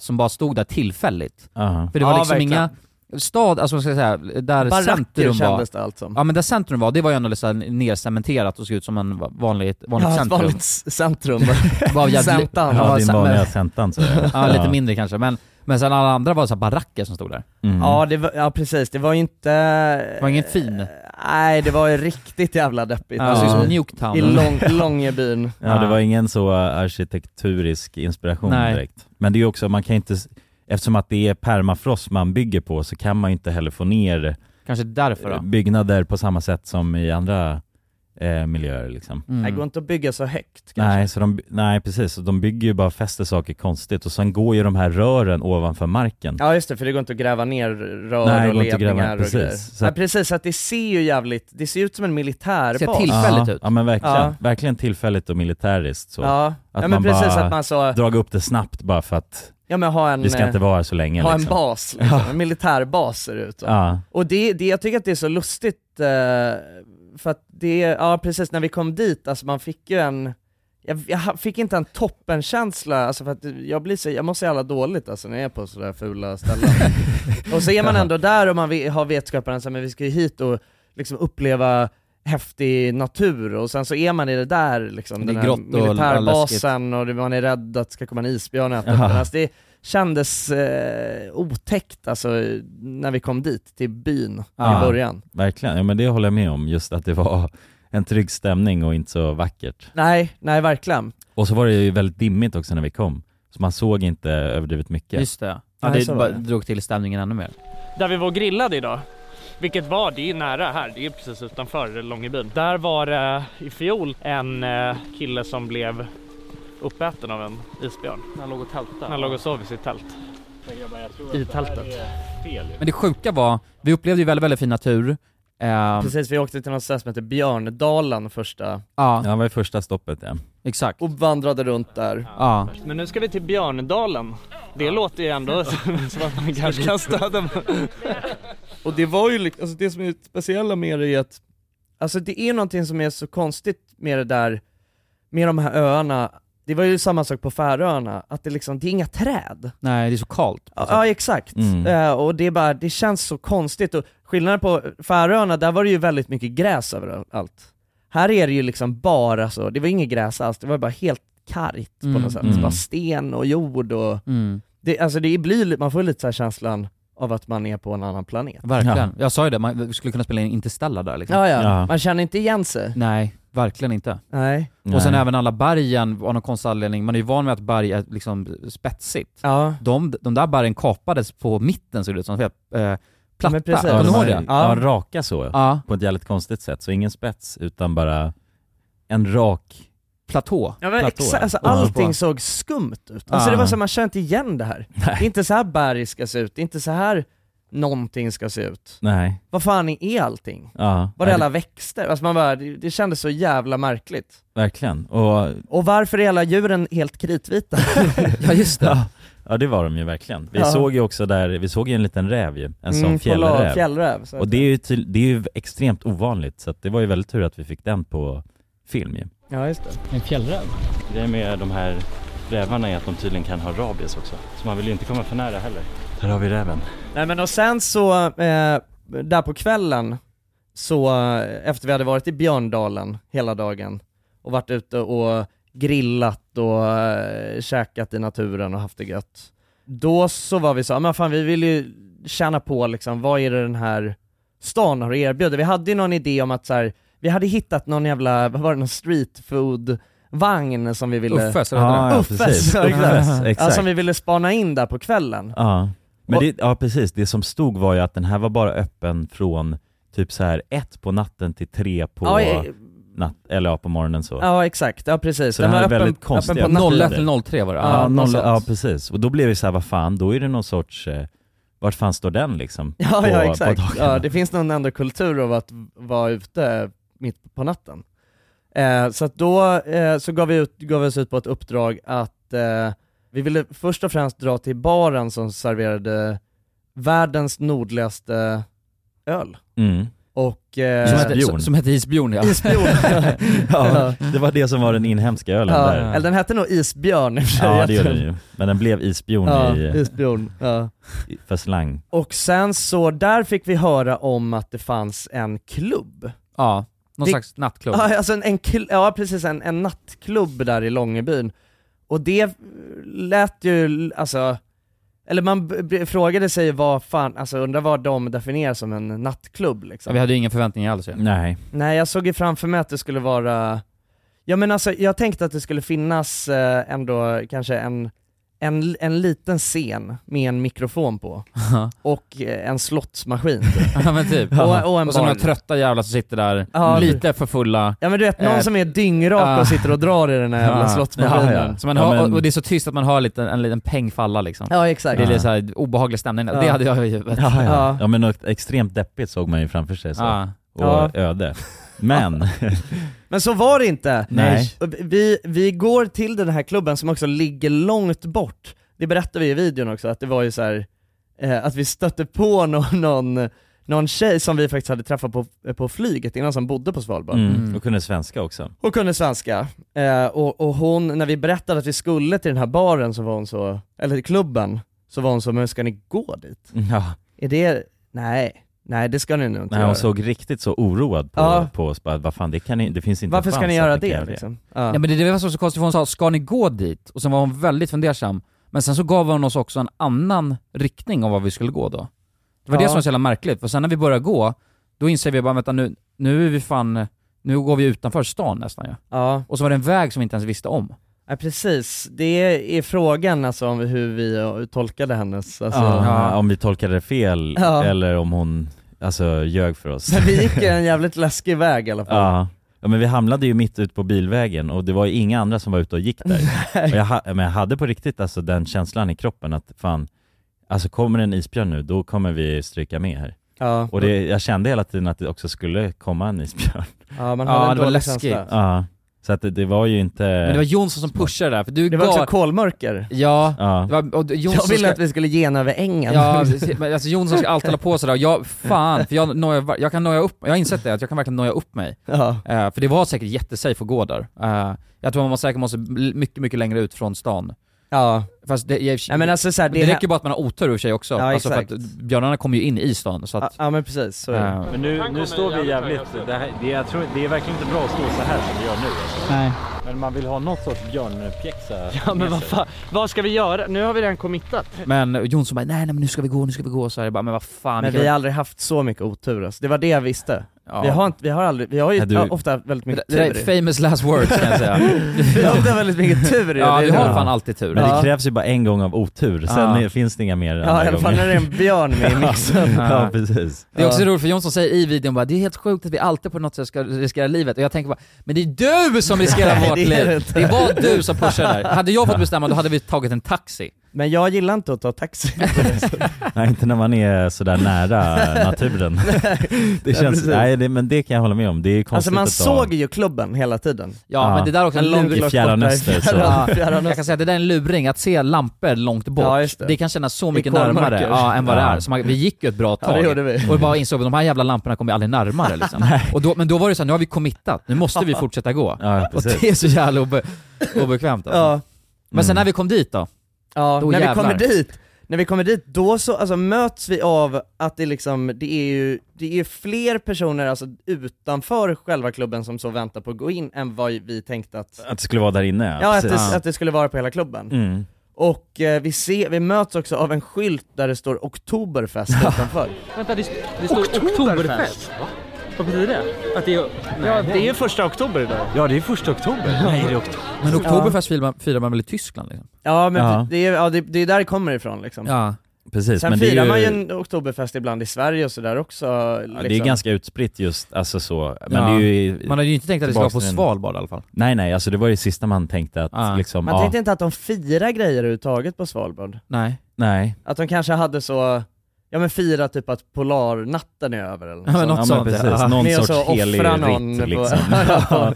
S1: Som bara stod där tillfälligt.
S3: Aha.
S1: För det var
S2: Ja,
S1: liksom
S2: verkligen.
S1: inga stad, alltså vad ska jag säga, där
S2: Baracker
S1: centrum var.
S2: kändes det alltså. allt som.
S1: Ja men där centrum var, det var ju ändå lite så här nercementerat och såg ut som en va- vanlig, ett vanligt
S2: Ja, ett
S1: centrum.
S2: vanligt s- centrum.
S1: Bara jävligt-
S2: Centan.
S3: Ja, din
S1: sen-
S3: vanliga
S1: men-
S3: centan, så är det.
S1: Ja, lite
S3: Ja.
S1: mindre kanske. Men, men sen alla andra var så här baracker som stod där.
S3: Mm.
S2: Ja, det var, ja precis, det var ju inte... Det
S1: var ingen fin.
S2: Nej det var ju riktigt jävla deppigt. Alltså,
S1: Ja. Det såg
S3: Mm.
S1: ut som Nuketown.
S2: I lång, Långebyn.
S3: Ja, det var ingen så eh, arkitekturisk inspiration
S2: Nej.
S3: direkt. Men det är ju också, man kan inte, s- eftersom att det är permafrost man bygger på så kan man ju inte heller få ner
S1: Kanske därför
S3: eh,
S1: då.
S3: byggnader på samma sätt som i andra eh, miljöer liksom.
S1: Mm.
S2: Det går inte att bygga så högt.
S3: Nej, så de, by- nej precis, så de bygger ju bara, fäster saker konstigt och sen går ju de här rören ovanför marken.
S2: Ja just det, för det går inte att gräva ner rör
S3: Nej, det
S2: och
S3: går inte att gräva-
S2: ledningar och
S3: precis.
S2: grejer.
S3: Så
S2: Nej
S3: att-
S2: precis, så att det ser ju jävligt, det ser ut som en militärbas.
S3: ja, Ja men verkligen, verkligen tillfälligt och militäriskt så.
S2: Ja. Ja, men precis, att man så-
S3: drar upp det snabbt bara för att
S2: Ja men ha en,
S3: vi ska
S2: eh,
S3: inte vara här så länge
S2: ha
S3: liksom.
S2: en bas, liksom. en militärbas ser det ut som.
S3: Ja.
S2: Och det, det, jag tycker att det är så lustigt, eh, för att det, ja precis när vi kom dit, alltså man fick ju en, jag, jag ha- fick inte en toppenkänsla, alltså för att jag blir så, jag mår så jävla dåligt alltså när jag är på sådär fula ställen. och så är man
S14: Jaha.
S2: ändå där och man vi- har vetskapen att så här, men vi ska ju hit och liksom uppleva häftig natur och sen så är man i det där liksom,
S1: Det är
S2: den här
S1: grått och
S2: militärbasen och det- man är rädd att det ska komma en isbjörn och äta upp
S1: Jaha.
S2: den. alltså, det kändes eh, otäckt alltså när vi kom dit till byn i början.
S3: Verkligen, ja men det håller jag med om, just att det var en trygg stämning och inte så vackert.
S2: Nej, nej verkligen.
S3: Och så var det ju väldigt dimmigt också när vi kom, så man såg inte överdrivet mycket.
S1: Just det. Ja,
S3: Nej,
S1: det
S3: så
S1: bara
S3: var
S1: drog till stämningen ännu mer.
S15: Där vi var grillade idag, vilket var, det är ju nära här, det är ju precis utanför Långebyn. Där var det i fjol en eh, kille som blev uppäten av en isbjörn. Han låg och tältade. Han låg och sov i sitt tält. I tältet.
S1: Men det sjuka var, vi upplevde ju väldigt, väldigt fin natur, Ehm,
S2: Precis, vi åkte till något ställe som heter Björndalen första,
S1: Ja.
S3: det var ju första stoppet ja.
S1: Exakt.
S2: och vandrade runt där.
S1: Ja.
S15: Men nu ska vi till Björndalen. Det låter ju ändå som som att man kanske kan stödja mig.
S2: Och det var ju liksom, alltså det som är det speciella med det är att, alltså det är någonting som är så konstigt med det där, med de här öarna, det var ju samma sak på Färöarna, att det liksom, det är inga träd.
S1: Nej, det är så kallt.
S2: Ja, ja exakt,
S1: Mm.
S2: Eh, och det är bara, det känns så konstigt och skillnaden på Färöarna, där var det ju väldigt mycket gräs överallt. Här är det ju liksom bara så, det var inget gräs alls, det var bara helt kargt på
S1: Mm,
S2: något sätt,
S1: mm.
S2: bara sten och jord och,
S1: Mm.
S2: det, alltså det blir, li- man får lite så här känslan av att man är på en annan planet.
S1: Verkligen. Jag sa ju det, man vi skulle kunna spela in Interstellar där liksom.
S2: Ja, ja. Man känner inte igen sig.
S1: Nej, verkligen inte.
S2: Nej.
S1: Och sen
S2: Nej.
S1: även alla bergen, av någon konstig anledning, man är ju van med att berg är liksom spetsigt.
S2: Ja.
S1: De, de där bergen kapades på mitten såg det ut som, helt, eh, platta.
S2: Men precis.
S1: Kommer
S3: de
S1: du ihåg
S3: var-
S1: det?
S3: Ja, raka så.
S1: Ja.
S3: På ett jävligt konstigt sätt. Så ingen spets, utan bara en rak
S1: platå.
S2: Ja, men exa- alltså, allting såg skumt ut. Alltså
S3: Ja.
S2: det var så här, man känner inte igen det här. Det är inte så här berg ska se ut, det är inte så här någonting ska se ut.
S3: Nej.
S2: Vad fan är allting?
S3: Ja.
S2: Var det
S3: Ja,
S2: alla växter? Alltså man bara, det, det kändes så jävla märkligt.
S3: Verkligen. Och
S2: Och varför är alla djuren helt kritvita?
S1: ja just
S3: det. Ja det var de ju verkligen. Vi
S2: Ja.
S3: såg ju också där, vi såg ju en liten räv ju, en sån
S2: Mm, polar-
S3: fjällräv.
S2: fjällräv, så
S3: och
S2: att
S3: det är, ju till, det är ju extremt ovanligt så att det var ju väldigt tur att vi fick den på film ju.
S2: ja just det.
S3: En fjällräv?
S16: Grejen med de här rävarna är att de tydligen kan ha rabies också. Så man vill ju inte komma för nära heller. Där har vi räven.
S2: Nej men och sen så, eh, där på kvällen, så eh, efter vi hade varit i Björndalen hela dagen och varit ute och grillat och eh, käkat i naturen och haft det gött. Då så var vi så, "Ah, men fan vi vill ju känna på liksom, vad är det den här stan har att erbjuda? Vi hade ju någon idé om att så här, vi hade hittat någon jävla, vad var det, någon street food vagn som vi ville...
S3: Uffes, eller vad heter det? Ja,
S2: Uffes,
S3: precis.
S2: ja,
S3: Uffes,
S2: exakt. Ja,
S3: exakt.
S2: som vi ville spana in där på kvällen.
S3: Ja. Men
S2: Och-
S3: det, ja precis, det som stod var ju att den här var bara öppen från typ så här ett på natten till tre på
S2: Ja, eh,
S3: natt, eller ja, på morgonen så.
S2: Ja exakt, ja precis.
S3: Så det här är väldigt konstigt.
S2: öppen på natten.
S3: Ja,
S2: något
S3: noll,
S2: sånt.
S3: ja precis. Och då blev vi så här, vad fan, då är det någon sorts, eh, vart fan står den liksom?
S2: Ja,
S3: på,
S2: ja
S3: På
S2: exakt.
S3: dagarna.
S2: Ja, det finns någon ändå kultur av att vara ute mitt på natten. Eh, så att då eh, så gav vi, ut, gav vi oss ut på ett uppdrag att eh, vi ville först och främst dra till baren som serverade världens nordligaste öl.
S3: Mm.
S2: Och... eh,
S1: Som heter- som- som heter Isbjorn, ja.
S2: Isbjorn.
S3: ja, det var det som var den inhemska ölen
S2: Ja,
S3: där.
S2: Eller den hette nog Isbjörn i och för sig.
S3: Ja det gjorde den ju, men den blev isbjorn
S2: Ja,
S3: i,
S2: isbjorn. Ja.
S3: i- för slang.
S2: Och sen så, där fick vi höra om att det fanns en klubb.
S1: Ja, någon
S2: Det-
S1: slags nattklubb.
S2: Ja, alltså en, en, kl- ja precis, en, en nattklubb där i Långebyn. Och det eh, lät ju, alltså, eller man b- b- frågade sig vad fan, alltså undrar vad de definierar som en nattklubb liksom.
S1: Ja, vi hade ju inga förväntningar alls ju.
S3: Nej.
S2: Nej jag såg ju framför mig att det skulle vara, ja men alltså jag tänkte att det skulle finnas eh, ändå kanske en, en, en liten scen med en mikrofon på
S1: Ja.
S2: och eh, en slottsmaskin typ.
S1: Ja men typ.
S2: och, och en
S1: och så några
S2: barn.
S1: trötta jävlar som sitter där,
S2: Ja,
S1: lite för fulla.
S2: Ja men du vet, någon
S1: Eh,
S2: som är dyngrak
S1: ja.
S2: och sitter och drar i den här jävla
S1: Ja.
S2: slottsmaskinen.
S1: Ja, ja. Så man hör, och- Och det är så tyst att man hör lite, en liten peng falla liksom.
S2: Ja, exakt.
S1: Det är
S2: Ja.
S1: lite så här obehaglig stämning.
S2: Ja.
S1: Det hade jag ju
S3: Ja, ja. Ja. men något extremt deppigt såg man ju framför sig så.
S1: Ja.
S3: Och
S2: Ja.
S3: öde. Men,
S2: Men så var det inte!
S3: Nej.
S2: Och Vi, vi går till den här klubben som också ligger långt bort. Det berättar vi i videon också, att det var ju så här, eh, att vi stötte på någon, någon, någon tjej som vi faktiskt hade träffat på, på flyget innan som bodde på Svalbard.
S3: mm. och kunde svenska också.
S2: Hon kunde svenska, eh, och, och hon, när vi berättade att vi skulle till den här baren så var hon så, eller till klubben, så var hon så 'Men ska ni gå dit?
S3: Ja.
S2: Är det, nej, nej det ska ni nog inte
S3: Nej,
S2: göra."
S3: hon såg riktigt så oroad på,
S2: Ja.
S3: på oss, bara, vad fan det, kan ni, det finns inte en
S2: Varför ska
S3: chans
S2: ni
S3: att
S2: göra
S3: kan
S2: det,
S3: göra
S2: liksom?
S1: Ja. men det, det var så, så konstigt för hon sa 'Ska ni gå dit?' och sen var hon väldigt fundersam. Men sen så gav hon oss också en annan riktning om vad vi skulle gå då. Det var
S2: Ja.
S1: det som var så jävla märkligt, för sen när vi började gå, då inser vi bara 'Vänta nu, nu är vi fan, nu går vi utanför stan nästan ju.
S2: Ja.
S1: Och så var det en väg som vi inte ens visste om.
S2: Ja precis, det är frågan alltså om hur vi eh, tolkade hennes, alltså,
S3: Ja, Om vi tolkade det fel,
S2: Ja.
S3: eller om hon alltså, ljög för oss.
S2: Men vi gick ju en jävligt läskig väg i alla fall.
S3: Ja. ja, men vi hamnade ju mitt ut på bilvägen och det var ju inga andra som var ute och gick där. Och jag, ha, men jag hade på riktigt alltså den känslan i kroppen att fan, alltså kommer en isbjörn nu, då kommer vi stryka med här.
S2: Ja.
S3: Och det, jag kände hela tiden att det också skulle komma en isbjörn.
S2: Ja, man hade en dålig känsla.
S3: Ja. Så att det, det var ju inte...
S1: Men det var Jonsson som pushade det där, för du
S2: Det var också kolmörker.
S1: Ja,
S3: Ja.
S1: Det var, och det- Jonsson
S2: Jag ville
S1: ska-
S2: att vi skulle gena över ängen.
S1: Ja, precis. men alltså Jonsson ska alltid hålla på sådär, och jag, fan, för jag, nojar, var- jag kan noja upp jag har insett det, att jag kan verkligen noja upp mig.
S2: Ja.
S1: Eh, för det var säkert jättesafe att gå där. Eh, jag tror man måste, säkert måste bli mycket, mycket längre ut från stan.
S2: Ja.
S1: Fast det, jag,
S2: Nej, men alltså så här, det-
S1: det, räcker ju bara att man har otur ur sig också.
S2: Ja,
S1: alltså för
S2: exakt.
S1: att björnarna kommer ju in i stan, så att...
S2: Ja men precis, så är det.
S16: Men nu, nu står vi jävligt... Det, här, det, jag tror, det är verkligen inte bra att stå så här som vi gör nu. Alltså.
S15: Nej.
S16: Men man vill ha något sorts björnpjäxa.
S15: Ja men vad fan, vad ska vi göra? Nu har vi redan committat.
S1: Men Jonsson bara, nej, nej men nu ska vi gå, nu ska vi gå, så här, jag bara, men vad fan.
S2: Men
S1: kan
S2: vi
S1: väl-
S2: har aldrig haft så mycket otur alltså. det var det jag visste.
S1: Ja.
S2: Vi, har inte, vi har aldrig, vi har ju
S1: Nej, du-
S2: ja, ofta väldigt mycket
S1: Det där är
S2: tur.
S1: famous last words, kan jag säga.
S2: vi har ofta väldigt mycket tur i
S1: Ja,
S2: det.
S1: vi har fan alltid tur.
S3: Men
S1: Ja.
S3: det krävs ju bara en gång av otur, sen
S1: Ja.
S3: är- finns det inga mer
S2: Ja i alla fall när det är en björn med i mixen.
S3: ja, ja, precis.
S1: Det är också roligt för Jonsson säger i videon bara, det är helt sjukt att vi alltid på något sätt ska riskera livet. Och jag tänker bara, men det är du som riskerar
S2: Nej,
S1: vårt
S2: det är
S1: liv!
S2: det inte.
S1: Det var du som pushade där. Hade jag fått bestämma då hade vi tagit en taxi.
S2: Men jag gillar inte att ta taxi.
S3: Nej, inte när man är sådär nära naturen. det
S2: Ja,
S3: känns,
S2: precis.
S3: nej det, men det kan jag hålla med om, det är
S2: alltså
S3: konstigt
S2: man
S3: att ha-
S2: såg ju klubben hela tiden.
S1: Ja, men det där är också
S2: En
S1: en
S2: lång
S1: luring.
S3: I Fjärran Öster, så.
S1: Ja, jag kan säga att det där är en luring, att se lampor långt bort,
S2: Ja, just
S1: det.
S2: det.
S1: kan kännas så
S2: I
S1: mycket
S2: kolmörker.
S1: närmare ja, än vad det
S2: Ja.
S1: är. Så man, vi gick ju ett bra
S2: Ja,
S1: tag
S2: det gjorde vi.
S1: och bara insåg att de här jävla lamporna kommer ju aldrig närmare liksom. och då, Men då var det så här, nu har vi committat, nu måste vi fortsätta gå.
S3: Ja,
S1: och
S3: precis.
S1: det är så jävla obe, obekvämt alltså.
S2: Ja.
S1: Men sen när vi kom dit då?
S2: Ja,
S1: Då
S2: när
S1: jävlar.
S2: vi kommer dit, när vi kommer dit, då så alltså, möts vi av att det liksom, det är ju det är fler personer alltså, utanför själva klubben som så väntar på att gå in än vad vi tänkte att,
S3: Att det skulle vara där inne
S2: ja, att,
S3: precis.
S2: det, att det skulle vara på hela klubben.
S3: Mm.
S2: Och eh, vi, ser, vi möts också av en skylt där det står Oktoberfest utanför.
S17: Vänta, det, det
S2: står
S17: står
S2: Oktoberfest.
S17: Oktoberfest. Vad betyder det? Att det är...
S2: Ja, det är ju
S17: första oktober idag.
S16: Ja, det är första oktober. Nej, det är oktober.
S1: Men Oktoberfest firar man, firar man väl i Tyskland liksom?
S2: Ja men
S1: Ja.
S2: Det, är, ja, det, det är där det kommer ifrån liksom.
S1: Ja.
S3: Precis,
S2: Sen
S3: men det
S2: firar
S3: är ju,
S2: man ju en Oktoberfest ibland i Sverige och sådär också.
S3: ja,
S2: liksom.
S3: det är ju ganska utspritt just, alltså så, men
S1: Ja.
S3: det är ju
S1: Man hade ju inte tänkt att det skulle vara på
S3: tillbaks till en-
S1: Svalbard i alla fall.
S3: Nej nej, alltså det var ju det sista man tänkte att liksom,
S2: Man
S3: ja,
S2: tänkte inte att de firar grejer överhuvudtaget på Svalbard.
S1: nej.
S3: nej.
S2: Att de kanske hade så, ja men fira typ att polarnatten är över eller
S3: Ja, men något Ja, men sånt, precis. ja. Någon
S2: Med att
S3: sorts
S2: så
S3: helig
S2: offra
S3: ritt,
S2: någon på-
S3: liksom.
S2: Ja.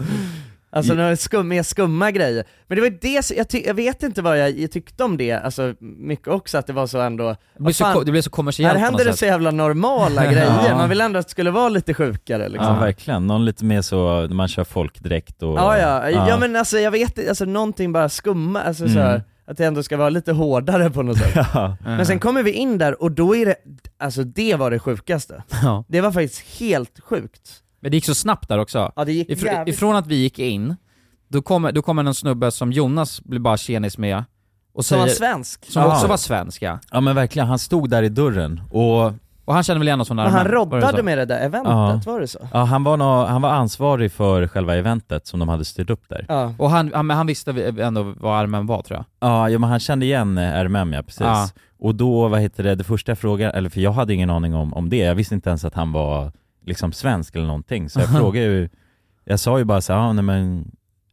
S2: Alltså några skum, mer skumma grejer. Men det var ju det, som- jag, ty- jag vet inte vad jag, jag tyckte om det, alltså mycket också att det var så ändå,
S1: Det blev,
S2: vad fan,
S1: så, det blev så kommersiellt
S2: här
S1: på något
S2: händer det
S1: sätt.
S2: så jävla normala grejer, man vill ändå att det skulle vara lite sjukare liksom.
S3: Ja verkligen, någon lite mer så, när man kör folkdräkt och...
S2: Ja, ja. ja men alltså jag vet inte, alltså någonting bara skumma, alltså
S3: Mm.
S2: så här, att det ändå ska vara lite hårdare på något sätt. Men sen kommer vi in där och då är det, alltså det var det sjukaste.
S1: Ja.
S2: Det var faktiskt helt sjukt.
S1: Men det gick så snabbt där också.
S2: Ja, det gick
S1: Ifr-
S2: jävligt
S1: ifrån att vi gick in, då kommer då kommer en snubbe som Jonas blir bara tjenis med. Och
S2: Som var
S1: säger-
S2: svensk.
S1: Som
S3: Ja.
S1: också var svensk ja.
S3: Ja men verkligen, han stod där i dörren och...
S1: Och han kände väl igen oss från
S2: Och han roddade med det där eventet, var det så?
S3: Ja, han var, nå- han var ansvarig för själva eventet som de hade styrt upp där.
S2: Ja.
S1: Och han, han, men han visste vi- ändå vad armen var tror jag.
S3: Ja, ja men han kände igen eh, RMM ja, precis.
S1: Ja.
S3: Och då, vad heter det, det första jag frågade, eller för jag hade ingen aning om, om det, jag visste inte ens att han var liksom svensk eller någonting, så jag
S1: Aha.
S3: frågade ju, jag sa ju bara så här, ah, nej men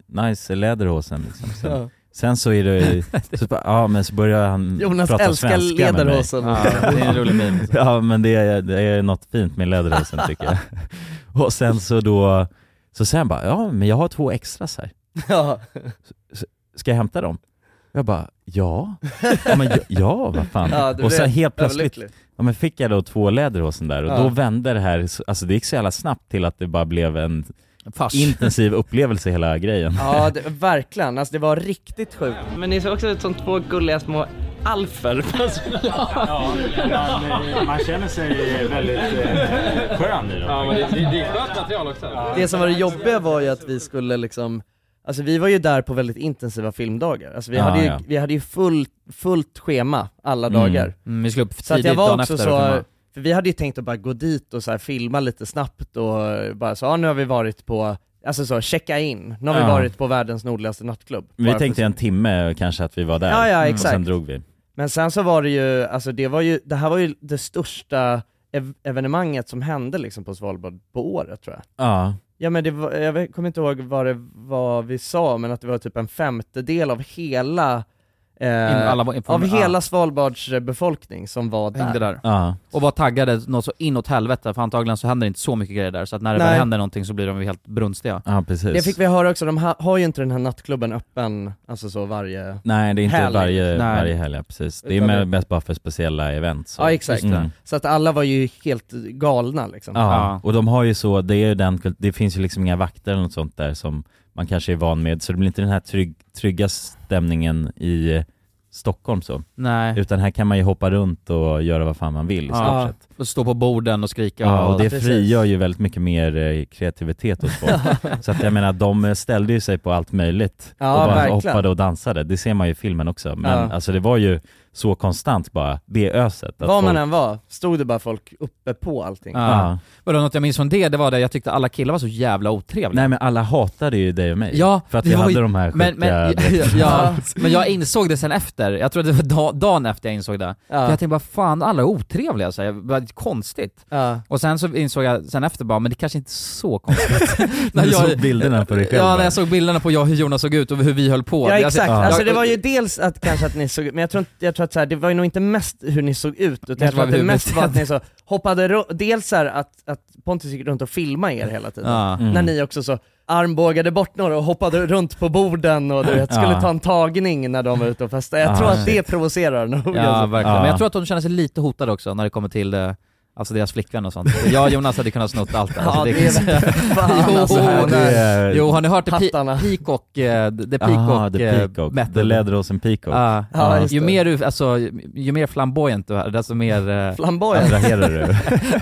S3: nice Lederhosen liksom. Sen,
S2: Ja.
S3: sen så är det, så, bara, ja men så börjar han
S2: Jonas
S3: prata
S2: älskar
S3: svenska med mig.
S2: Lederhosen. Ja, det är en rolig meme.
S3: Ja men det är, det är något fint med Lederhosen tycker jag. Och sen så då, så sen bara, ja men jag har två extras här.
S2: Ja.
S3: S- ska jag hämta dem? Jag bara, ja. ja, men, ja, ja vad fan.
S2: Ja, du
S3: och sen
S2: blev
S3: helt plötsligt
S2: överlycklig.
S3: ja, men fick jag då två läderhosen där och
S2: Ja.
S3: då vände det här, så- alltså det gick så jävla snabbt till att det bara blev en
S1: Fars.
S3: intensiv upplevelse hela grejen.
S2: Ja, det, verkligen. Alltså det var riktigt sjukt.
S17: Men ni ser också ut som två gulliga små alfer.
S15: Ja,
S16: eh, Man, man känner sig väldigt eh, skön i dem.
S17: Ja, men det, det, det är skönt material också.
S2: Det som var det jobbiga var ju att vi skulle liksom Alltså vi var ju där på väldigt intensiva filmdagar, alltså vi,
S1: Ah,
S2: hade, ju,
S1: ja.
S2: vi hade ju full, fullt schema alla
S1: Mm.
S2: dagar
S1: Mm, vi skulle upp
S2: Så att jag
S1: tidigt
S2: var
S1: dagen
S2: också
S1: efter
S2: så,
S1: och filma.
S2: för vi hade ju tänkt att bara gå dit och så här filma lite snabbt och eh, bara så, ja nu har vi varit på, alltså så, checka in, nu har vi
S3: Ja.
S2: varit på världens nordligaste nattklubb
S3: Men vi
S2: Bara för
S3: tänkte en timme kanske att vi var där
S2: Ja, ja,
S3: Mm. och
S2: exakt.
S3: sen drog vi.
S2: men sen så var det ju, alltså det var ju, det här var ju det största ev- evenemanget som hände liksom på Svalbard på året tror jag.
S3: Ja.
S2: Ja men det var, jag vet- kommer inte ihåg vad det var vi sa, men att det var typ en femtedel av hela eh,
S1: In- alla var
S2: av
S1: informerade.
S2: hela Svalbards eh, befolkning som var där.
S1: Hängde där. Och var taggade något så inåt helvete, för antagligen så händer inte så mycket grejer där, så att när det
S2: Nej.
S1: väl händer någonting så blir de ju helt brunstiga.
S3: Ja, precis.
S2: Det fick vi höra också, de ha, har ju inte den här nattklubben öppen, alltså så varje
S3: Nej det är inte
S2: helg.
S3: varje,
S2: Nej.
S3: varje helg, ja, precis. Det är
S2: Utan
S3: med,
S2: det-
S3: mest bara för speciella event. så.
S2: Ja exakt,
S3: Mm.
S2: så att alla var ju helt galna liksom.
S3: Ja, och de har ju så, det är ju den, kult- det finns ju liksom inga vakter eller något sånt där som man kanske är van med, så det blir inte den här trygg, trygga stämningen i eh, Stockholm så.
S1: Nej.
S3: Utan här kan man ju hoppa runt och göra vad fan man vill i stort
S1: Ja.
S3: sett.
S1: Och stå på borden och skrika
S3: Ja, och det
S1: Precis.
S3: frigör ju väldigt mycket mer eh, kreativitet hos folk. så att jag menar, de eh, ställde ju sig på allt möjligt
S2: Ja,
S3: och bara
S2: verkligen.
S3: hoppade och dansade. Det ser man ju i filmen också. Men
S2: Ja.
S3: alltså det var ju så konstant bara, det öset.
S2: Var
S3: att
S2: man
S3: folk-
S2: än var, stod det bara folk uppe på allting.
S3: Ja.
S1: Vadå, något jag minns från det, det var det jag tyckte alla killar var så jävla otrevliga.
S3: Nej men alla hatade ju dig och mig.
S1: Ja,
S3: för att
S1: det
S3: vi
S1: var
S3: hade
S1: ju-
S3: de här
S1: men,
S3: sjuka
S1: men, ja, men jag insåg det sen efter, jag tror att det var da, dagen efter jag insåg det. För jag tänkte bara fan, alla är otrevliga alltså. Jag- vad konstigt.
S2: Ja.
S1: Och sen så insåg jag sen efter bara, men det kanske inte är så konstigt. När
S3: Du såg bilderna på dig själv
S1: Ja, när
S3: bara.
S1: jag såg bilderna på jag, hur Jonas såg ut och hur vi höll på.
S2: Ja
S1: Det-
S2: exakt,
S1: jag-
S2: alltså
S1: jag-
S2: det var ju dels att kanske att ni såg ut, men jag tror, inte, jag tror att så här, det var ju nog inte mest hur ni såg ut, utan jag
S1: Mest
S2: tror
S1: var
S2: att det
S1: hur
S2: mest
S1: vi
S2: var att ni så
S1: kände.
S2: hoppade runt, dels så här att, att Pontus gick runt och filmade er hela tiden,
S1: Ja. Mm.
S2: när ni också så armbågade bort några och hoppade runt på borden och du vet, skulle
S1: Ja.
S2: ta en tagning när de var ute och festade. Jag
S1: Ja,
S2: tror att det
S1: shit.
S2: provocerar nog.
S1: Ja
S2: alltså.
S1: verkligen, men jag tror att de känner sig lite hotade också när det kommer till eh, Alltså deras flickvän och sånt. Jag och Jonas hade kunnat snott allt. Alltså,
S2: Ja, det är väl- fan,
S1: jo,
S2: alltså, här-
S1: nej.
S2: det är-
S1: jo, har ni hört det? Pi-
S2: Pattarna.
S1: Peacock, eh, det det
S3: Aha,
S1: Peacock,
S3: the
S1: eh,
S3: Ah, peacock.
S1: method.
S3: The leather hose and peacock.
S1: Ja.
S3: Ja, just
S1: ju,
S3: det.
S1: mer du, alltså, ju- ju mer flamboyant du är, desto mer... eh,
S2: Flamboyant?
S3: Attraherar du.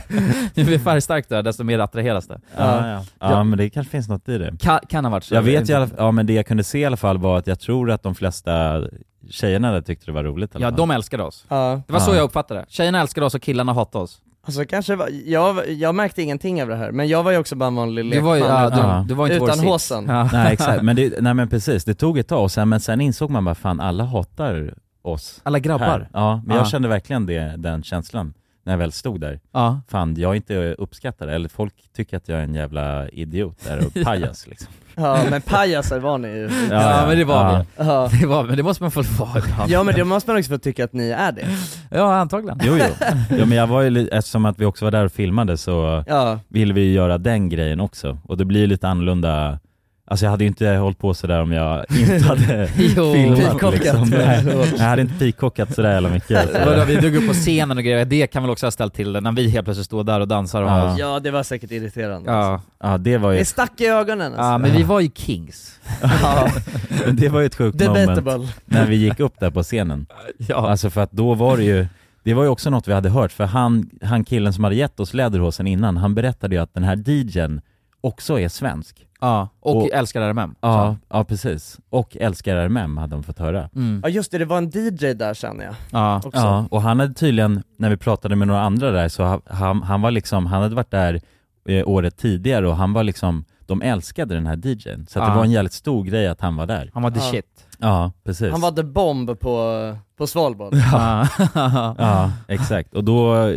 S1: ju mer färgstark du är, desto mer attraheras det.
S3: Ja, ja. ja men det kanske finns något i det.
S1: Kan, kan ha varit så.
S3: Jag vet ju, i
S1: inte.
S3: alla ja men det jag kunde se i alla fall var att jag tror att de flesta tjejerna där tyckte det var roligt i alla
S1: Ja,
S3: fall.
S1: de älskade oss.
S2: Ja.
S1: Det var så
S3: Ja.
S1: jag uppfattade det. Tjejerna älskade oss och killarna hatade oss.
S2: Alltså kanske var, jag, jag märkte ingenting av det här, men jag var ju också bara en vanlig
S1: Du var
S2: lekman
S1: ju- ja, du-
S2: utan,
S1: du var inte vår
S2: utan
S1: sits.
S2: håsen.
S3: Nej exakt, men, det, nej, men precis, det tog ett tag och sen, men sen insåg man bara fan alla hatar oss
S1: Alla grabbar.
S3: här. Ja, men jag
S1: Ja.
S3: kände verkligen det, den känslan när jag väl stod där
S1: Ja.
S3: Fan, jag är inte uppskattad, eller folk tycker att jag är en jävla idiot där och pajas liksom
S2: Ja men pajasar var ni ju.
S3: Ja, Ja, ja. men det var vi.
S2: Ja.
S1: Det var, men det måste man få vara ibland.
S2: Ja men det måste man också få tycka att ni är det.
S1: Ja, antagligen.
S3: Jo, jo. Ja, men jag var ju, li- eftersom att vi också var där och filmade så
S2: Ja.
S3: ville vi ju göra den grejen också. Och det blir ju lite annorlunda, alltså jag hade ju inte hållit på sådär om jag inte hade
S1: Jo.
S3: filmat
S1: Peacockat.
S3: liksom. Nej, jag hade inte peacockat sådär jävla mycket. Så.
S1: Vadå, vi dog upp på scenen och grejer, det kan väl också ha ställt till det, när vi helt plötsligt står där och dansar och har
S3: Ja.
S1: oss.
S2: Ja det var säkert irriterande.
S1: Ja.
S3: Ja det var ju,
S2: Det stack i ögonen alltså.
S1: Ja, men vi var ju kings.
S2: Ja.
S3: men det var ju ett sjukt
S2: Debatable.
S3: moment när vi gick upp där på scenen. Alltså för att då var det ju, det var ju också något vi hade hört för han, han killen som hade gett oss läderhosen innan, han berättade ju att den här DJn också är svensk.
S1: Ja, och, älskar RMM.
S3: Ja, ja precis. Och älskar RMM hade de fått höra.
S2: Ja just det, det var en DJ där känner jag.
S1: Mm. Ja.
S2: Också.
S3: ja, och han hade tydligen, när vi pratade med några andra där, så ha- han, han var liksom, han hade varit där eh, året tidigare och han var liksom, de älskade den här DJn. Så att
S1: Ja.
S3: det var en jävligt stor grej att han var där.
S1: Han var the
S2: Ja.
S1: shit.
S3: Ja, precis.
S2: Han var the bomb på, på Svalbard.
S1: Ja.
S3: Ja, exakt. Och då,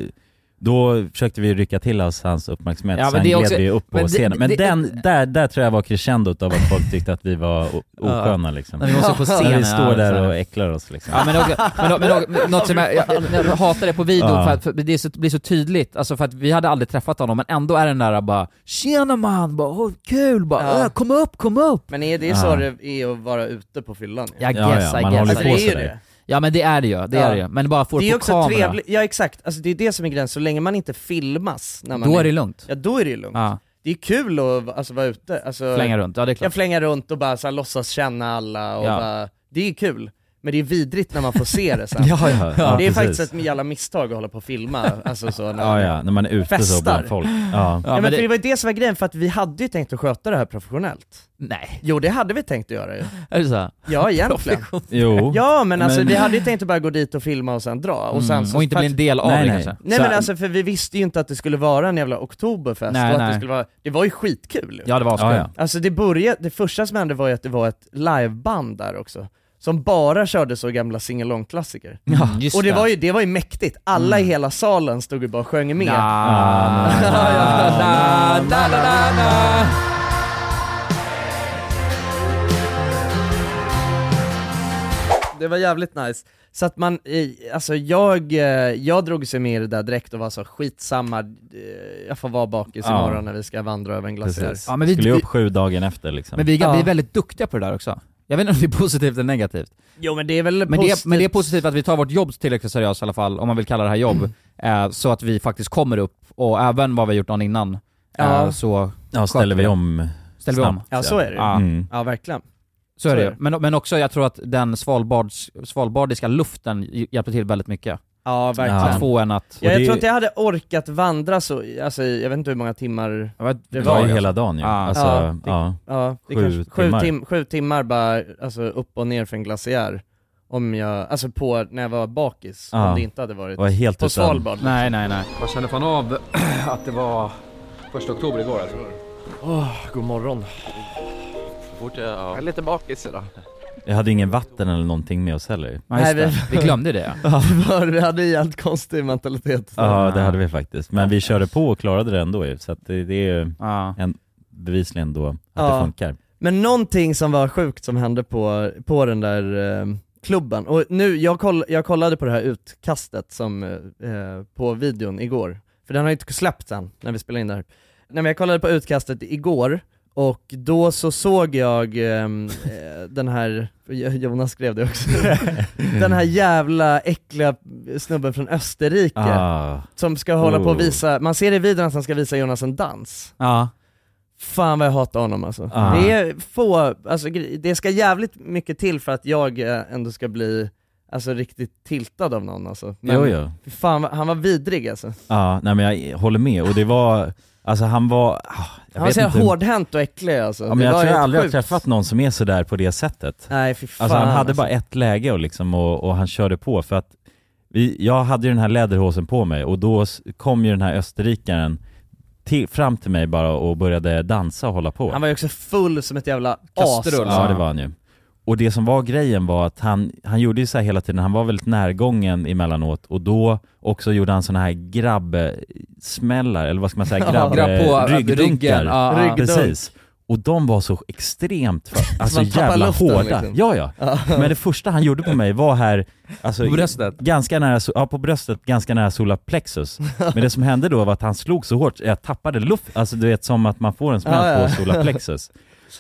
S3: då försökte vi rycka till oss hans uppmärksamhet,
S1: Ja, men
S3: sen
S1: det är
S3: gled
S1: också-
S3: vi upp på
S1: men det-
S3: scenen. Men
S1: det-
S3: den, där, där tror jag var crescendot av att folk tyckte att vi var o-
S1: Ja.
S3: osköna liksom.
S1: När vi måste på
S3: När
S1: scenen,
S3: vi står
S1: ja, så
S3: där
S1: här.
S3: och äcklar oss liksom.
S1: Ja, men, också, men, men, men något som jag, jag, jag hatar det på videon,
S3: Ja.
S1: för, att, för det är så, blir så tydligt, alltså för att vi hade aldrig träffat honom, men ändå är den där bara 'Tjena man!' bara oh, 'Kul!' bara
S2: Ja.
S1: "Äh, 'Kom upp, kom upp!'
S2: Men är det
S1: Ja.
S2: så det är att vara ute på fyllan? ju?
S1: Jag guess, I guess.
S2: Alltså, det är ju det.
S1: Ja men det är det ju, det är det ju. Men bara få
S2: det
S1: det
S2: är
S1: på
S2: också
S1: kamera.
S2: trevligt, ja exakt, alltså, det är det som är grejen, så länge man inte filmas när man
S1: Då är det lugnt.
S2: Ja då är det lugnt.
S1: Ja.
S2: Det är kul att alltså, vara ute, alltså,
S1: Flänga runt, ja, det är klart.
S2: Jag flängar runt och bara så här, låtsas känna alla och
S1: Ja.
S2: bara, det är kul. Men det är vidrigt när man får se det sen.
S3: Ja, ja, ja,
S2: det är
S3: precis.
S2: faktiskt ett jävla misstag att hålla på och filma, alltså så när
S3: Ja, ja, när man är ute så
S2: festar.
S3: bland folk. Ja.
S2: Ja, men för det... var ju det som var grejen, för att vi hade ju tänkt att sköta det här professionellt.
S1: Nej.
S2: Jo det hade vi tänkt att göra ju.
S1: Är det så?
S2: Ja egentligen.
S3: Jo.
S2: Ja men alltså
S3: Men-
S2: vi hade ju tänkt att bara gå dit och filma och sen dra. Och, sen,
S1: Mm,
S2: så
S1: och inte bli en del av
S3: Nej,
S1: det
S3: nej.
S1: kanske.
S2: Nej
S3: Så-
S2: men alltså för vi visste ju inte att det skulle vara en jävla oktoberfest
S1: Nej,
S2: och att det
S1: nej.
S2: skulle vara, det var ju skitkul ju.
S1: Ja det var så.
S3: Ja, ja.
S2: Alltså det började, det första som hände var ju att det var ett liveband där också, som bara körde så gamla sing-along-klassiker.
S1: Mm, just
S2: och det
S1: det. Mm.
S2: var, ju, det var ju mäktigt, alla i hela salen stod ju bara och sjöng med.
S1: Mm.
S2: det var jävligt nice. Så att man, eh, alltså jag, eh, jag drog sig med i det där direkt och var så skitsamma, eh, jag får vara bakis
S3: Ja.
S2: imorgon när vi ska vandra över en glaciär.
S3: Precis. Skulle ju upp sju dagen efter liksom.
S2: Men vi-
S1: Vi, vi
S2: Ja.
S1: är väldigt duktiga på det där också. Jag vet inte om det är positivt eller negativt.
S2: Jo men det är väl
S1: Men det,
S2: positivt.
S1: är, men det är positivt att vi tar vårt jobb tillräckligt seriöst i alla fall, om man vill kalla det här jobb, eh, så att vi faktiskt kommer upp och även vad vi har gjort dagen innan, eh,
S2: Ja.
S1: så...
S3: Ja, ställer vi om
S1: Ställer vi om.
S3: snabbt,
S2: Ja så är det
S1: Ja.
S3: Mm.
S2: ju. Ja verkligen.
S1: Så är det ju. men, men också jag tror att den svalbards, svalbardiska luften hj- hjälper till väldigt mycket.
S2: Ja verkligen.
S1: Att få en att...
S2: Ja, jag tror inte jag hade orkat vandra så, alltså, jag vet inte hur många timmar
S3: det var ju hela dagen ju. Alltså,
S2: det,
S3: ja.
S2: ja, det
S3: Sju
S2: kanske, sju,
S3: timmar.
S2: tim, sju timmar bara alltså, upp och ner för en glaciär. Om jag, alltså på, när jag var bakis,
S3: Ja.
S2: om det inte hade varit
S3: Var helt
S2: på
S3: utan-
S2: Svalbard.
S1: Nej, nej, nej.
S13: Jag kände fan av att det var första oktober igår alltså.
S15: Åh, god morgon.
S13: Fort jag, ja. jag är lite bakis idag.
S3: Jag hade ingen vatten eller någonting med oss heller.
S2: ja. vi hade en helt konstig mentalitet.
S3: Ja, det hade vi faktiskt. Men vi körde på och klarade det ändå ju, så att det, det är ju en, bevisligen då att det
S2: Ja.
S3: funkar.
S2: Men någonting som var sjukt som hände på, på den där eh, klubben, och nu, jag, koll, jag kollade på det här utkastet som, eh, eh, på videon igår, för den har ju inte släppts än när vi spelar in det här. Nej men jag kollade på utkastet igår, och då så såg jag ehm, eh, den här, Jonas skrev det också, den här jävla äckliga snubben från Österrike
S3: Ah.
S2: som ska hålla på och
S3: Oh.
S2: visa, man ser i videon att han ska visa Jonas en dans.
S1: Ja.
S2: Fan vad jag hatar honom alltså.
S3: Ah.
S2: Det är få, alltså gre- det ska jävligt mycket till för att jag eh, ändå ska bli Alltså riktigt tiltad av någon alltså.
S3: Jo, jo.
S2: fy Fan, vad- han var vidrig alltså.
S3: Ja, nej men jag håller med och det var, alltså han var, ah, jag
S2: Han var
S3: vet
S2: så
S3: inte.
S2: jävla
S3: hur-
S2: hårdhänt och äcklig alltså.
S3: Ja, men
S2: Det
S3: jag
S2: var
S3: tror jag
S2: helt
S3: aldrig
S2: sjukt.
S3: har träffat någon som är sådär på det sättet.
S2: Nej fy fan.
S3: Alltså han hade
S2: alltså.
S3: bara ett läge och, liksom, och, och han körde på för att vi, jag hade ju den här läderhosen på mig och då s- kom ju den här österrikaren till, fram till mig bara och började dansa och hålla på.
S2: Han var ju också full som ett jävla as.
S3: Kastrull. Ja det var han ju. Och det som var grejen var att han, han gjorde ju så här hela tiden, han var väldigt närgången emellanåt och då också gjorde han såna här grabbsmällar, eller vad ska man säga,
S1: Ja.
S3: grabb,
S1: Grabb på,
S3: eh,
S1: äh,
S3: ryggdunkar.
S1: ryggen. Ja, ja. Ryggdunk.
S3: Precis. Och de var så extremt, för, alltså
S1: man tappar
S3: jävla
S1: luften,
S3: hårda.
S1: liksom.
S3: Ja, ja.
S1: Ja.
S3: Men det första han gjorde på mig var här, alltså,
S1: På bröstet?
S3: Ganska nära, so- ja på bröstet, ganska nära solarplexus. Men det som hände då var att han slog så hårt, jag tappade luft, alltså du vet som att man får en smäll
S2: Ja, ja.
S3: på solarplexus.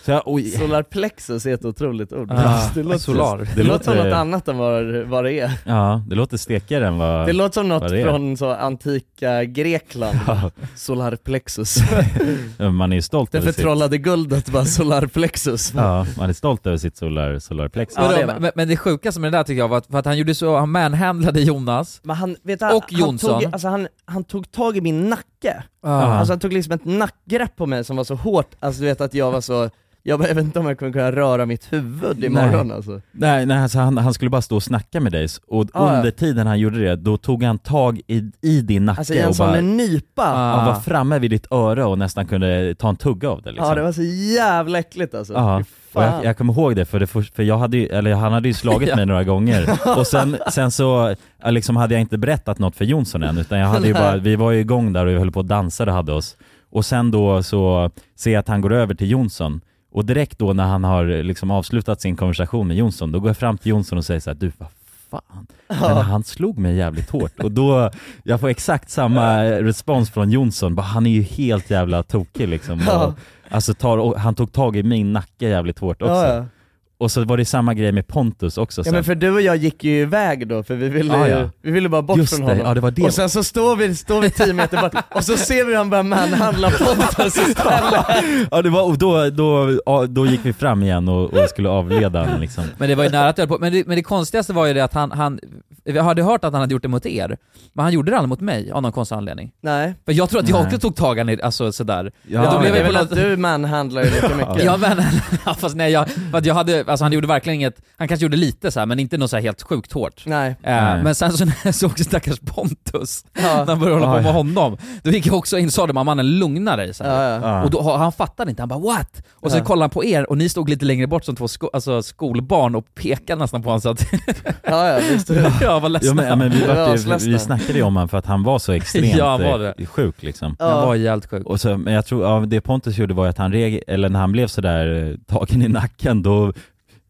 S3: Så jag, oj,
S2: Solar plexus är ett otroligt ord.
S3: Ja,
S2: det låter,
S3: solar.
S2: Det
S3: Det
S2: låter som
S3: låter-
S2: något annat än vad, vad det är.
S3: Ja, det låter stekigare än vad
S2: Det låter som något
S3: vad det är.
S2: från så antika Grekland. Solar plexus.
S3: Man är ju stolt
S2: det
S3: över sitt...
S2: förtrollade guldet bara solar plexus.
S3: Ja, man är stolt över sitt solar, solarplexus.
S2: Ja, det är man.
S1: men, men det sjukaste med det där tycker jag var att, för att han gjorde så, han manhandlade Jonas,
S2: Men han, vet du, han-
S1: Och Jonsson.
S2: Han tog, alltså han, han tog tag i min nacke.
S1: Ah.
S2: Alltså han tog liksom ett nackgrepp på mig som var så hårt, alltså du vet att jag var så, jag, bara, jag vet inte om jag kommer kunna röra mitt huvud imorgon
S3: nej.
S2: alltså.
S3: Nej, nej alltså han, han skulle bara stå och snacka med dig s- och
S2: Ja, ja.
S3: under tiden han gjorde det, då tog han tag i, i din nacke
S2: Alltså i en
S3: och
S2: sån
S3: bara... Ah,
S2: där nypa.
S3: Han var framme vid ditt öra och nästan kunde ta en tugga av det liksom.
S2: Ja det var så jävla äckligt alltså.
S3: Ja,
S2: Fy
S3: och
S2: fan.
S3: jag, jag kommer ihåg det för, det för, för jag hade ju, eller han hade ju slagit mig några gånger och sen, sen så ja, liksom hade jag inte berättat något för Jonsson än utan jag hade ju
S2: Nej.
S3: bara, vi var ju igång där och vi höll på och dansade och hade oss och sen då så ser jag att han går över till Jonsson och direkt då när han har liksom avslutat sin konversation med Jonsson då går jag fram till Jonsson och säger så här, du vad fan, den här, han slog mig jävligt hårt och då, jag får exakt samma respons från Jonsson, bara han är ju helt jävla tokig liksom
S2: Ja.
S3: och, Alltså tar, och han tog tag i min nacke jävligt hårt också.
S2: Ja, ja.
S3: Och så var det samma grej med Pontus också
S2: Ja
S3: sen.
S2: men för du och jag gick ju iväg då för vi ville,
S3: Ja,
S2: ju,
S3: ja.
S2: Vi ville bara bort
S3: Just
S2: från
S3: det,
S2: honom.
S3: ja, det var det.
S2: Och sen så står vi, står vi tio meter bort och så ser vi hur han börjar manhandla Pontus istället.
S3: Ja det var, och då, då, ja, då gick vi fram igen och, och skulle avleda honom liksom.
S1: men det var ju nära att jag höll på. Men det, men det konstigaste var ju det att han, han, jag hade hört att han hade gjort det mot er, men han gjorde det aldrig mot mig av någon konstig anledning.
S2: Nej.
S1: För jag tror att jag
S2: Nej.
S1: också tog tag i han, alltså sådär.
S2: Ja,
S1: då
S2: men
S1: blev
S2: det är
S1: jag på
S2: väl att
S1: något...
S2: du manhandlar ju lika mycket.
S1: Ja men, ja, fast nej jag, för att jag hade, alltså han gjorde verkligen inget, han kanske gjorde lite så här, men inte något så här helt sjukt hårt.
S2: Nej.
S1: Eh,
S2: Nej.
S1: Men sen så när jag såg stackars Pontus,
S2: Ja.
S1: när han började hålla
S2: Ja,
S1: på med
S2: ja.
S1: honom, då gick jag också in och sa det, "Man, mannen lugna dig. Så här.
S2: Ja, ja.
S1: Och då, han fattade inte, han bara what? Och så
S2: Ja.
S1: kollade han på er och ni stod lite längre bort som två sko, alltså, skolbarn och pekade nästan på honom så att...
S2: ja, ja, visst.
S1: ja, vad ledsna.
S3: Ja, men, ja, men vi,
S1: Ja,
S3: var ju,
S1: ledsna.
S3: vi snackade ju om honom för att han var så extremt
S1: Ja, han var
S3: eh,
S1: det.
S3: sjuk liksom.
S1: Han Ja. var jävligt sjuk.
S3: Och så, men jag tror, ja, det Pontus gjorde var ju att han reg, eller när han blev sådär eh, tagen i nacken då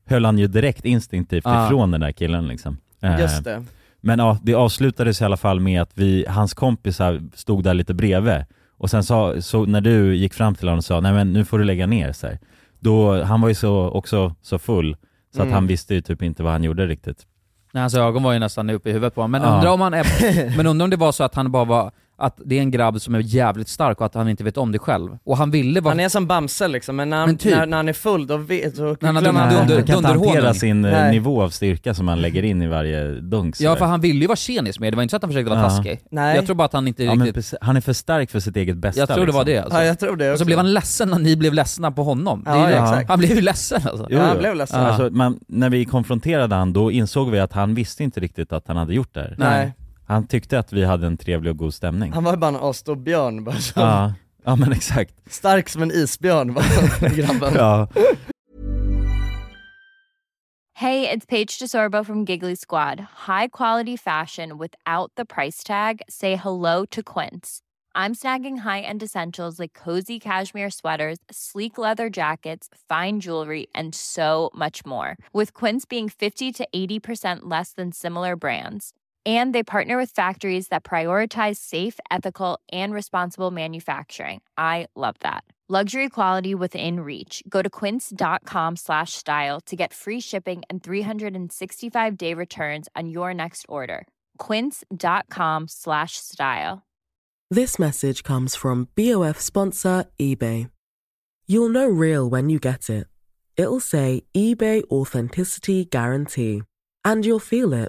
S3: höll han ju direkt instinktivt
S2: Ah.
S3: ifrån den där killen liksom. Eh,
S2: Just det.
S3: Men ja, det avslutades i alla fall med att vi, hans kompisar stod där lite bredvid och sen sa, så när du gick fram till honom och sa nej men nu får du lägga ner så här. Då, han var ju så, också så full så
S1: Mm.
S3: att han visste ju typ inte vad han gjorde riktigt.
S1: Nej, hans ögon var ju nästan uppe i huvudet på honom. Men,
S3: Ja.
S1: undrar om han är, men undrar om det var så att han bara var, att det är en grabb som är jävligt stark och att han inte vet om det själv. Och han ville vara...
S2: Han är som Bamse liksom, men när han,
S1: Men typ.
S2: när, när han är full då, vet, då
S1: han har
S2: glömmer
S1: dunder-
S2: han.
S3: Han kan inte hantera sin eh,
S2: Nej.
S3: nivå av styrka som han lägger in i varje dunk så
S1: Ja
S3: där.
S1: för han ville ju vara tjenis med det var inte så att han försökte vara
S3: Ja.
S1: taskig.
S2: Nej.
S1: Jag tror bara att han inte
S3: Ja, men
S1: riktigt...
S3: precis. han är för stark för sitt eget bästa
S1: jag tror det var
S3: liksom.
S1: det alltså. Och så blev han ledsen när ni blev ledsna på honom.
S3: Ja,
S1: Det är ju-
S3: ja, exakt.
S1: Han blev ju ledsen alltså.
S3: Jo, jo. Alltså, man, när vi konfronterade han då insåg vi att han visste inte riktigt att han hade gjort det här.
S2: Nej.
S3: Han tyckte att vi hade en trevlig och god stämning.
S2: Han var ju bara en asstor björn bara så.
S3: Ja, ja men exakt.
S2: Stark som en isbjörn var han, grabben.
S3: Ja.
S18: Hey, it's Paige DeSorbo from Giggly Squad. High quality fashion without the price tag. Say hello to Quince. I'm snagging high-end essentials like cozy cashmere sweaters, sleek leather jackets, fine jewelry, and so much more. With Quince being 50 to 80% less than similar brands. And they partner with factories that prioritize safe, ethical, and responsible manufacturing. I love that. Luxury quality within reach. Go to quince.com slash style to get free shipping and 365 day returns on your next order. Quince.com slash style.
S19: This message comes from BOF sponsor eBay. You'll know real when you get it. It'll say eBay Authenticity Guarantee. And you'll feel it.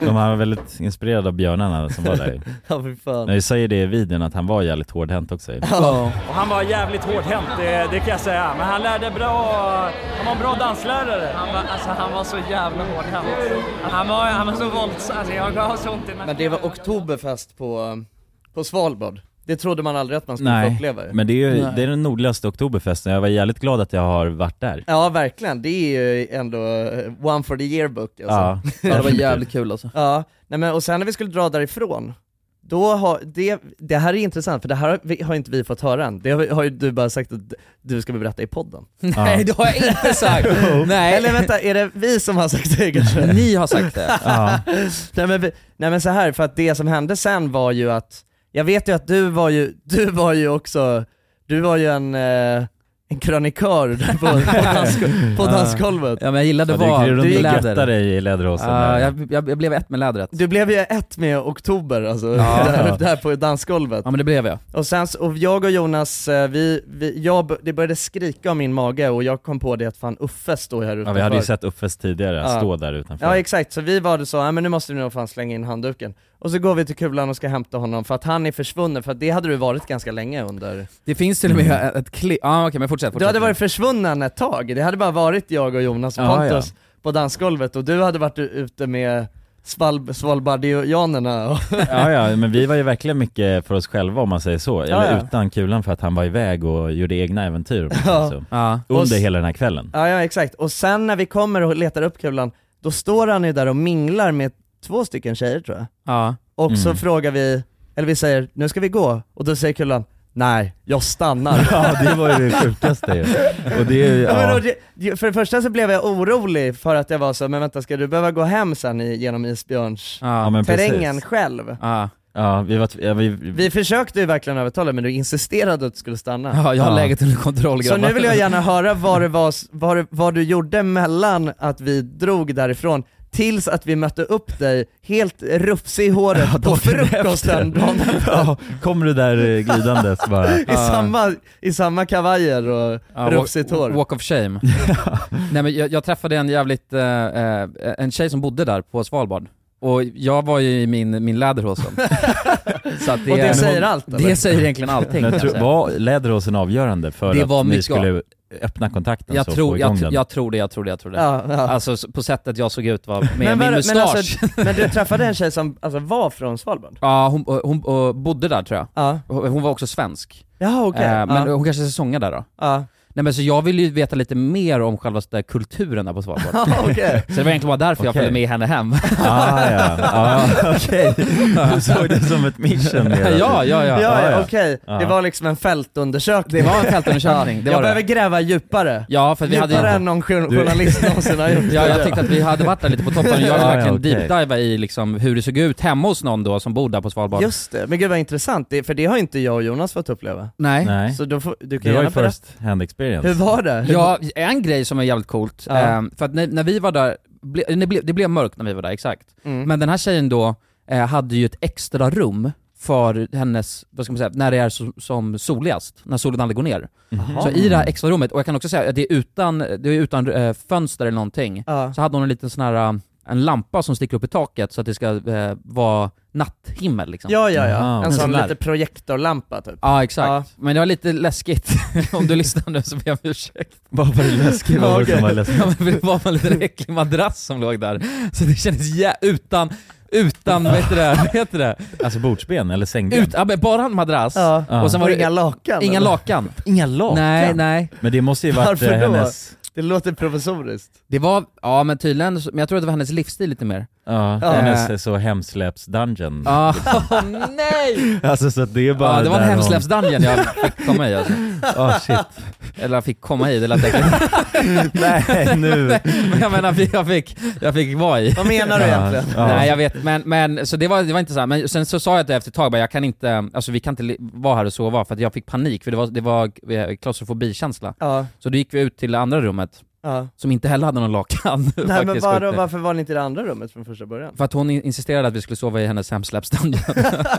S3: De var väldigt inspirerade av björnarna som var där.
S2: Ja, fy fan.
S3: Men vi säger det i videon att han var jävligt hårdhänt också.
S2: Ja.
S16: Och han var jävligt hårt hänt, det, det kan jag säga. Men han lärde bra, han var en bra danslärare.
S17: Han var, alltså, han var så jävla hårdhänt. Han var, han var så våldsam. Alltså, jag har så ont i nacken.
S2: Men det var oktoberfest på, på Svalbard. Det trodde man aldrig att man skulle få
S3: Nej,
S2: uppleva ju.
S3: men det är ju
S2: Nej.
S3: det är den nordligaste oktoberfesten. Jag var jävligt glad att jag har varit där.
S2: Ja verkligen, det är ju ändå eh, one for the yearbook alltså.
S3: Ja. Ja, det var jävligt
S1: kul alltså.
S2: Ja, nej men och sen när vi skulle dra därifrån, då har, det, det här är intressant för det här har, vi, har inte vi fått höra än. Det har, har ju du bara sagt att du ska berätta i podden.
S1: Nej, det har jag inte sagt. Nej.
S2: Eller vänta, är det vi som har sagt det kanske?
S1: Ni har sagt det. Ja.
S2: nej, men, vi- nej men så här för att det som hände sen var ju att, jag vet ju att du var ju, du var ju också, du var ju en, eh, en krönikör där på, på, dansk- på dansgolvet.
S1: Ja men jag gillade
S2: Ja,
S1: att
S2: du
S1: vara
S2: gick runt och
S1: läder.
S2: göttade
S3: dig i läderhosen
S1: Ja,
S3: där.
S1: jag, jag, jag blev ett med lädret.
S2: Du blev ju ett med oktober alltså,
S1: Ja.
S2: där, där på dansgolvet.
S1: Ja men det blev jag.
S2: Och sen så- och jag och Jonas, eh, vi, vi, jag, b- det började skrika om min mage och jag kom på det att fan Uffe står här utanför.
S3: Ja, vi hade ju sett Uffes tidigare,
S2: Ja.
S3: stå där utanför.
S2: Ja exakt, så vi var det så, ja men nu måste vi nog fan slänga in handduken. Och så går vi till Kulan och ska hämta honom för att han är försvunnen, för att det hade du varit ganska länge under...
S1: Det finns till och med ett klipp, ah, okej men fortsätt,
S2: Mm. Du
S1: fortsätt.
S2: hade varit försvunnen ett tag, det hade bara varit jag och Jonas och
S1: Ja,
S2: Pontus på dansgolvet och du hade varit u- ute med Sval- Svalbardianerna och...
S3: Ja, ja, men vi var ju verkligen mycket för oss själva om man säger så. Eller
S2: Ja, ja.
S3: utan kulan för att han var iväg och gjorde egna äventyr. om man säger
S2: Ja.
S3: så.
S1: Ja.
S2: Och
S3: Under
S2: s-
S3: hela den här kvällen.
S2: Ja, ja exakt, och sen när vi kommer och letar upp kulan, då står han ju där och minglar med två stycken tjejer tror jag.
S1: Ja.
S2: Och så
S1: Mm.
S2: frågar vi, eller vi säger 'Nu ska vi gå' och då säger kulan 'Nej, jag stannar'
S3: Ja, det var ju det sjukaste ju. Och det är ju-
S2: Ja, men
S3: ja.
S2: och det- det, För det första så blev jag orolig för att jag var så, men vänta ska du behöva gå hem sen i, genom isbjörns
S3: Ja, men precis.
S2: terrängen själv?
S1: Ah.
S3: Ja, vi var... tv- Ja, vi,
S2: Vi försökte ju verkligen övertala men du insisterade att du skulle stanna.
S1: Ja, jag har läget under kontroll
S2: Så
S1: grabbar.
S2: nu vill jag gärna höra vad, det var, vad, det- vad du gjorde mellan att vi drog därifrån tills att vi mötte upp dig helt rufsig i håret på frukosten dagen
S3: ja, kommer du där eh, glidandes bara?
S2: I, samma, I samma kavajer och
S1: Ja,
S2: rufsigt
S1: Ah. walk,
S2: hår.
S1: walk of shame. Nej men jag, jag träffade en jävligt, eh, eh, en tjej som bodde där på Svalbard. Och jag var ju i min, min läderhosen. Så att
S2: Och det
S1: men
S2: säger allt, eller?
S1: Det säger egentligen allting.
S3: Men
S1: kan jag
S3: tro,
S1: säga.
S3: var Läderåsen avgörande för
S1: Alltså. Det
S3: att
S1: var
S3: ni
S1: mycket
S3: skulle
S1: av-
S3: öppna kontakten
S1: jag
S3: så
S1: tror,
S3: få igång
S1: jag,
S3: den?
S1: jag tror det, jag tror det, jag tror det.
S2: Ja, ja.
S1: Alltså s- på sättet jag såg ut var med min
S2: vad-
S1: mustasch.
S2: men, alltså, men du träffade en tjej som alltså, var från Svalbard?
S1: Ja, hon, eh, hon, hon bodde där tror jag. Hon hon var också svensk.
S2: Jaha, okej.
S1: Eh, Men
S2: Ja.
S1: hon kanske säsongar där då. Nej men så jag ville ju veta lite mer om själva den där kulturen där på Svalbard.
S2: Ja, okej.
S1: Så det var egentligen bara därför jag
S3: Okej.
S1: följde med henne hem.
S3: Ah, ja, ah, okej. Du såg det som ett mission mer
S1: Ja, ja, ja.
S2: Ja,
S1: Ah,
S2: ja,
S1: ja.
S2: okej.
S1: Ja.
S2: Det var liksom en fältundersökning.
S1: Det var en fältundersökning, det
S2: jag
S1: var det.
S2: behöver gräva djupare.
S1: Ja, för vi hade
S2: djupare
S1: ju-
S2: än någon jour-
S1: Du-
S2: journalist nåversin har gjort.
S1: Ja, jag tyckte att vi hade varit där lite på toppen. Jag
S2: Ja,
S1: ville
S2: ja,
S1: verkligen
S2: okej.
S1: deepdiva i liksom hur det såg ut hemma hos någon då som bor där på Svalbard.
S2: Just det, men gud vad intressant, det, för det har inte jag och Jonas fått uppleva.
S1: Nej.
S2: Så då får, du kan
S3: Det var ju
S2: gärna berätta.
S3: first hand experience.
S2: Hur var det?
S1: Ja, en grej som är jävligt coolt,
S2: Ja.
S1: ehm, för att när, när vi var där, ble, det, blev, det blev mörkt när vi var där, exakt.
S2: Mm.
S1: Men den här tjejen då eh, hade ju ett extra rum för hennes, vad ska man säga, när det är så, som soligast, när solen aldrig går ner.
S2: Jaha.
S1: Så i det här extra rummet, och jag kan också säga att det är utan, det är utan eh, fönster eller någonting,
S2: Ja.
S1: så hade hon en liten sån här, eh, en lampa som sticker upp i taket så att det ska eh, vara natthimmel liksom.
S2: Ja, ja, ja. En sån
S1: där.
S2: lite projektorlampa typ.
S1: Ja exakt, men det var lite läskigt. Om du lyssnar nu så ber jag om ursäkt.
S3: Vad var det läskiga? Vad var det som var läskigt?
S1: Ja, men det var en liten äcklig madrass som låg där. Så det kändes jä- utan, utan, vad heter det? Vad heter det?
S3: Alltså bordsben eller sängben?
S1: Ut, ja, men bara en madrass.
S3: Ja.
S1: Och sen var
S2: Och
S1: det
S2: inga lakan,
S1: Inga
S2: eller?
S1: lakan.
S3: Inga lakan?
S1: Nej, nej.
S3: Men det måste ju varit
S2: Varför
S3: eh,
S2: då?
S3: hennes...
S2: Det låter provisoriskt.
S1: Det var, ja men tydligen, men jag tror att det var hennes livsstil lite mer.
S3: Ja,
S1: Ja.
S3: hennes eh, så hemsläpps-dungeon.
S1: Ja, nej!
S3: Alltså så att det är bara
S1: ja, det var en
S3: där hon-
S1: hemsläppsdungeon jag fick komma i alltså.
S3: Ah, shit.
S1: Eller jag fick komma i, det lät äckligt.
S3: Nej, nu.
S1: Nej, Men jag menar, jag fick, jag fick vara i.
S2: Vad menar du
S1: Ja,
S2: egentligen?
S1: ja. Nej jag vet, men, men så det var, det var inte så här. men sen så sa jag det efter ett tag bara, jag kan inte, alltså vi kan inte li- vara här och sova för att jag fick panik för det var, det var eh, klaustrofobikänsla.
S2: Ja.
S1: Så då gick vi ut till det andra rummet,
S2: Ja.
S1: som inte heller hade någon lakan.
S2: Nej men
S1: faktiskt,
S2: var,
S1: sjukt nog.
S2: varför var ni inte i det andra rummet från första början?
S1: För att hon in- insisterade att vi skulle sova i hennes hemsläppsdungeon.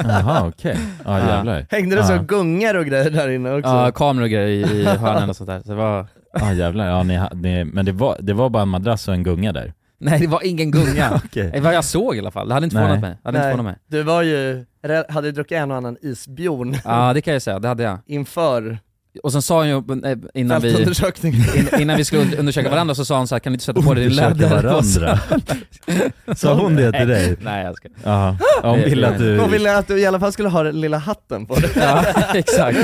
S3: Jaha okej, ja jävlar.
S2: Hängde det
S3: Ja.
S2: så gungor och grejer där inne också?
S1: Ja, kameror och grejer i, i hörnen och sånt där. Så det var...
S3: Ja jävlar, ja, ni, ha- ni, men det var, det var bara en madrass och en gunga där.
S1: Nej det var ingen gunga.
S3: Okej.
S1: Det var vad jag såg i alla fall, det hade inte förvånat
S3: Nej.
S1: mig. Det Hade inte
S2: Nej,
S1: förvånat mig.
S2: Du var ju, re- hade ju druckit en och annan isbjorn
S1: Ja det kan jag säga, det hade jag.
S2: inför
S1: Och sen sa han ju eh, innan vi,
S2: fältundersökningen.
S1: in, innan vi skulle und- undersöka varandra så sa han så här, kan du inte sätta på dig din
S3: Undersöka
S1: läder?
S3: varandra?
S1: Och så-
S3: Sa hon det till dig?
S1: Nej jag ska.
S3: Ja, Ja, hon
S1: Det-
S3: ville att du...
S2: Hon ville att du i alla fall skulle ha den lilla hatten på dig.
S1: Ja, exakt.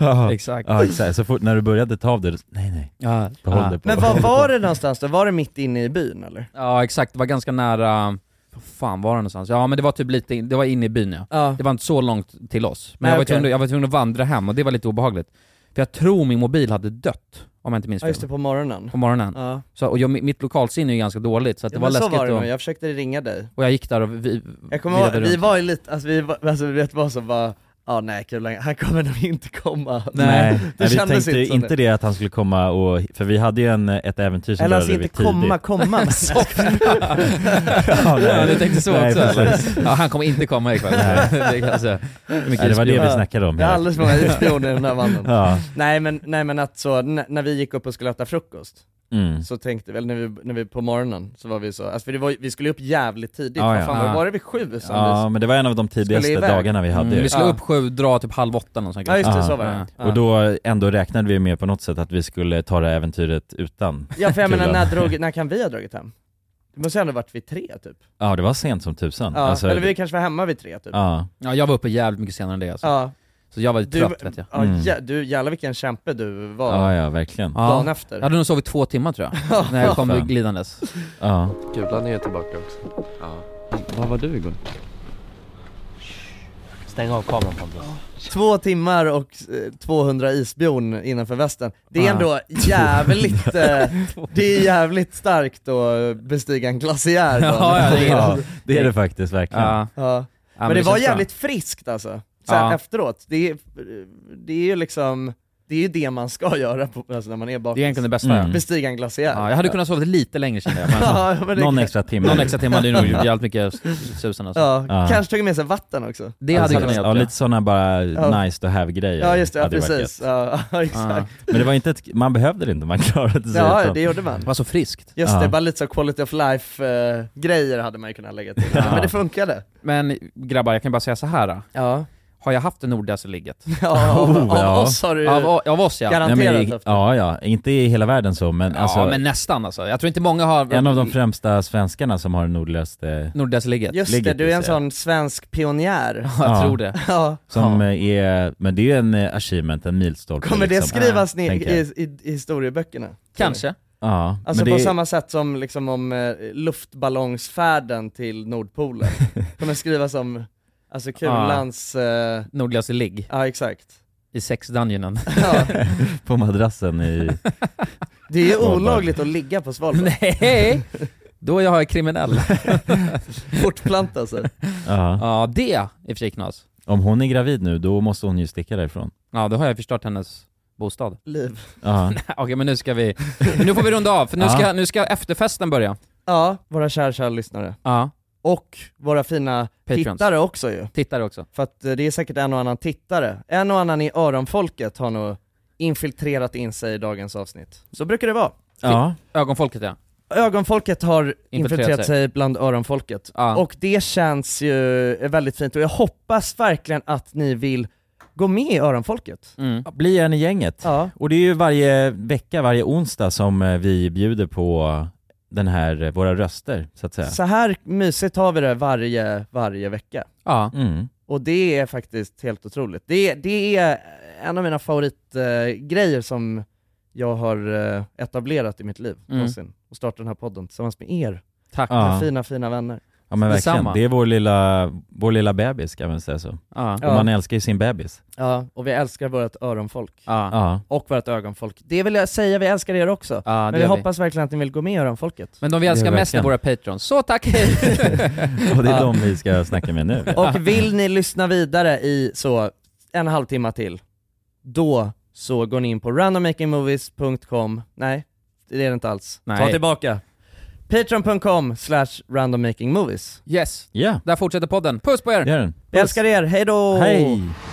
S3: Ja,
S1: exakt.
S3: Ja exakt, så fort när du började ta av dig, nej nej.
S1: Ja.
S3: Behåll
S1: Ja.
S3: det på.
S2: Men var var det någonstans då? Var det mitt inne i byn eller?
S1: Ja exakt, det var ganska nära, vad fan var det någonstans? Ja men det var typ lite, in, det var inne i byn ja.
S2: Ja.
S1: Det var inte så långt till oss. Men
S2: Nej,
S1: jag, var
S2: okej.
S1: tvungen, jag var tvungen att vandra hem och det var lite obehagligt. För jag tror min mobil hade dött, om jag inte minns
S2: Ja just det,
S1: fel.
S2: på morgonen.
S1: På morgonen.
S2: Ja.
S1: Så, och jag, mi- mitt lokalsinne är ju ganska dåligt så att det
S2: ja,
S1: var
S2: men så
S1: läskigt
S2: var det nog,
S1: och,
S2: jag försökte ringa dig.
S1: och jag gick där och vi,
S2: Jag kommer ihåg,
S1: virrade
S2: vi
S1: runt.
S2: var ju lite, alltså vi, var, alltså vi vet vad som var Ja nej kul länge. han kommer nog inte komma.
S3: Nej,
S2: det
S3: nej vi
S2: kändes
S3: tänkte
S2: inte
S3: inte,
S2: som det.
S3: det att han skulle komma och, för vi hade ju en, ett äventyr som
S2: Eller alltså
S3: började
S2: inte
S3: vid tidigt.
S2: komma, komma.
S1: Så-
S3: Ja, nej.
S1: Ja, du tänkte så
S3: Nej,
S1: också
S3: precis.
S1: eller? Ja, han kommer inte komma ikväll.
S3: Nej.
S1: det, kan jag säga. Hur mycket
S3: Nej, det var det
S1: isbjörn.
S3: vi snackade om.
S2: Det är
S3: hela-
S2: alldeles för många isbjorn i den här mannen.
S3: Ja.
S2: Nej, men, nej men att så, n- när vi gick upp och skulle äta frukost,
S3: Mm.
S2: så tänkte vi, eller när vi, när vi på morgonen, så var vi så, alltså för det var, vi skulle upp jävligt tidigt,
S3: Ja,
S2: vad
S3: ja.
S2: fan var,
S3: Ja.
S2: var det vid sju som
S3: Ja,
S2: vi
S3: men det var en av de tidigaste
S2: iväg.
S3: dagarna vi hade
S1: Mm,
S3: ju.
S1: vi slog upp sju, dra typ halv åtta någon sån
S2: Ja, just det,
S1: grej.
S2: så var det.
S3: Och då ändå räknade vi med på något sätt att vi skulle ta det här äventyret utan
S2: Ja för jag menar,
S3: kulan.
S2: när, drog, när kan vi ha dragit hem? Det måste ju ändå varit vid tre typ.
S3: Ja det var sent som tusan.
S2: Ja,
S3: Alltså,
S2: eller vi kanske var hemma vid tre typ.
S3: ja.
S1: Ja, jag var uppe jävligt mycket senare än det alltså.
S2: Ja.
S1: Så jag var ju
S2: Du,
S1: trött vet jag.
S2: Ja,
S3: Mm.
S2: jä, du, jävlar vilken kämpe du var.
S3: ja, ja verkligen.
S2: Dagen
S1: Ja.
S2: efter.
S1: Jag hade nog sovit två timmar tror jag, när jag kom
S3: Fan.
S1: glidandes.
S3: Ja.
S13: Kulan är tillbaka också. Ja. Var var du igår?
S14: Stäng av kameran Pontus.
S2: Två timmar och eh, 200 isbjorn innanför västen. Det är
S14: Ah.
S2: ändå jävligt, eh, det är jävligt starkt att bestiga en glaciär då.
S1: Ja, ja, det är det.
S3: Det är det faktiskt verkligen.
S1: Ja.
S2: Ja. men, det, var
S1: det känns bra.
S2: jävligt friskt alltså, sen
S1: Ja.
S2: efteråt. Det är, det är ju liksom, det är ju det man ska göra på, alltså när man är bakis.
S1: Det är egentligen det bästa, ja.
S2: Bestiga en glaciär.
S1: Ja, jag hade kunnat sova lite längre kände jag. Men,
S2: Ja, men det- Någon extra timme.
S1: Någon extra timme hade ju nog gjort jävligt mycket susen alltså.
S2: Ja,
S3: Ja.
S2: kanske tagit med sig vatten också.
S1: Det hade
S3: Alltså,
S1: kunnat hjälpa.
S3: Ja, lite sådana bara
S2: Ja.
S3: nice to have-grejer
S2: Ja just det, ja,
S3: hade varit
S2: precis.
S3: gött.
S2: Ja, ja,
S3: Ja.
S2: exakt.
S3: Men det var inte ett, man behövde det inte, man klarade sig
S2: Ja,
S3: utan.
S2: det gjorde man. Det var
S1: så friskt.
S2: Just
S3: Ja.
S2: det, bara lite så quality of life eh, grejer hade man ju kunnat lägga till.
S1: Ja.
S2: Men det funkade.
S1: Men grabbar, jag kan bara säga så här. då. Har jag haft det nordigaste ligget?
S2: Ja, av-
S3: Oh,
S2: av Ja. oss har du
S1: Av, av oss ja.
S3: Nej, men i- Ja, ja, inte i hela världen så men alltså
S1: ja men nästan alltså. Jag tror inte många har...
S3: en av de främsta svenskarna som har det nordligaste
S1: Nordigaste ligget.
S2: Just
S3: Ligget,
S2: det, du är en
S3: just det.
S2: sån svensk pionjär.
S3: Ja.
S2: Ja.
S3: Som eh, är, men det är ju en eh, achievement, en milstolpe
S2: Kommer det
S3: liksom,
S2: skrivas ner
S3: tänker jag.
S2: i, i, i historieböckerna?
S1: Kanske.
S3: Ja,
S2: Alltså
S3: men
S2: på
S3: det-
S2: samma sätt som liksom om eh, luftballongsfärden till Nordpolen. Kommer skrivas om, alltså kulans... eh,
S1: Nordligaste ligg.
S2: Ja exakt.
S1: I sexdungeonen.
S2: Ja.
S3: På madrassen i...
S2: Det är ju
S3: Svalbard.
S2: olagligt att ligga på Svalbard.
S1: Nej! Då är jag kriminell.
S2: Fortplanta sig.
S3: Ja.
S1: Ja, det är i och för sig knas.
S3: Om hon är gravid nu, då måste hon ju sticka därifrån.
S1: Ja, då har jag förstört hennes bostad.
S2: Liv.
S3: Ja.
S1: Nej, Okej, men nu ska vi... Nu får vi runda av, för nu
S2: Ja.
S1: ska, nu ska efterfesten börja.
S2: Ja, våra kära, kära lyssnare.
S1: Ja.
S2: Och våra fina
S1: Patreons.
S2: tittare också ju.
S1: Tittare också.
S2: För att eh, det är säkert en och annan tittare. En och annan i öronfolket har nog infiltrerat in sig i dagens avsnitt. Så brukar det vara.
S3: Ja.
S1: Ögonfolket ja.
S2: Ögonfolket har
S1: Infiltrerat
S2: infiltrerat
S1: sig.
S2: sig bland öronfolket.
S1: Ja.
S2: Och det känns ju eh, väldigt fint och jag hoppas verkligen att ni vill gå med i öronfolket.
S1: Mm.
S3: Bli en i gänget.
S2: Ja.
S3: Och det är ju varje vecka, varje onsdag som eh, vi bjuder på den här, eh, våra röster så att säga.
S2: Så här mysigt har vi det varje, varje vecka.
S1: Ja.
S3: Mm.
S2: Och det är faktiskt helt otroligt. Det, det är en av mina favoritgrejer som jag har eh, etablerat i mitt liv
S3: Mm.
S2: någonsin. Och startat den här podden tillsammans med er.
S1: Tack.
S3: Ja.
S2: Mina fina, fina vänner.
S3: Ja men verkligen,
S2: Detsamma.
S3: det är vår lilla, vår lilla bebis kan man säga så.
S1: Ja.
S3: Och
S2: Ja.
S3: man älskar ju sin bebis.
S2: Ja, och vi älskar vårt öronfolk.
S3: Ja.
S2: Och vårt ögonfolk. Det vill jag säga, vi älskar er också.
S1: Ja, det
S2: Men vi
S1: gör vi.
S2: hoppas verkligen att ni vill gå med i öronfolket.
S1: Men de vi älskar
S3: Det är
S1: mest är
S3: verkligen.
S1: våra patrons, så tack hej!
S3: Och det är
S2: Ja.
S3: de vi ska snacka med nu.
S2: Och vill ni lyssna vidare i så en halvtimme till, då så går ni in på randommakingmovies.com, nej det är det inte alls.
S1: Nej.
S2: Ta tillbaka. Patreon.com slash randommakingmovies.
S1: Yes,
S3: Ja.
S1: där fortsätter podden. Puss på er!
S3: Gör den.
S2: Vi älskar er, hejdå!
S3: Hej!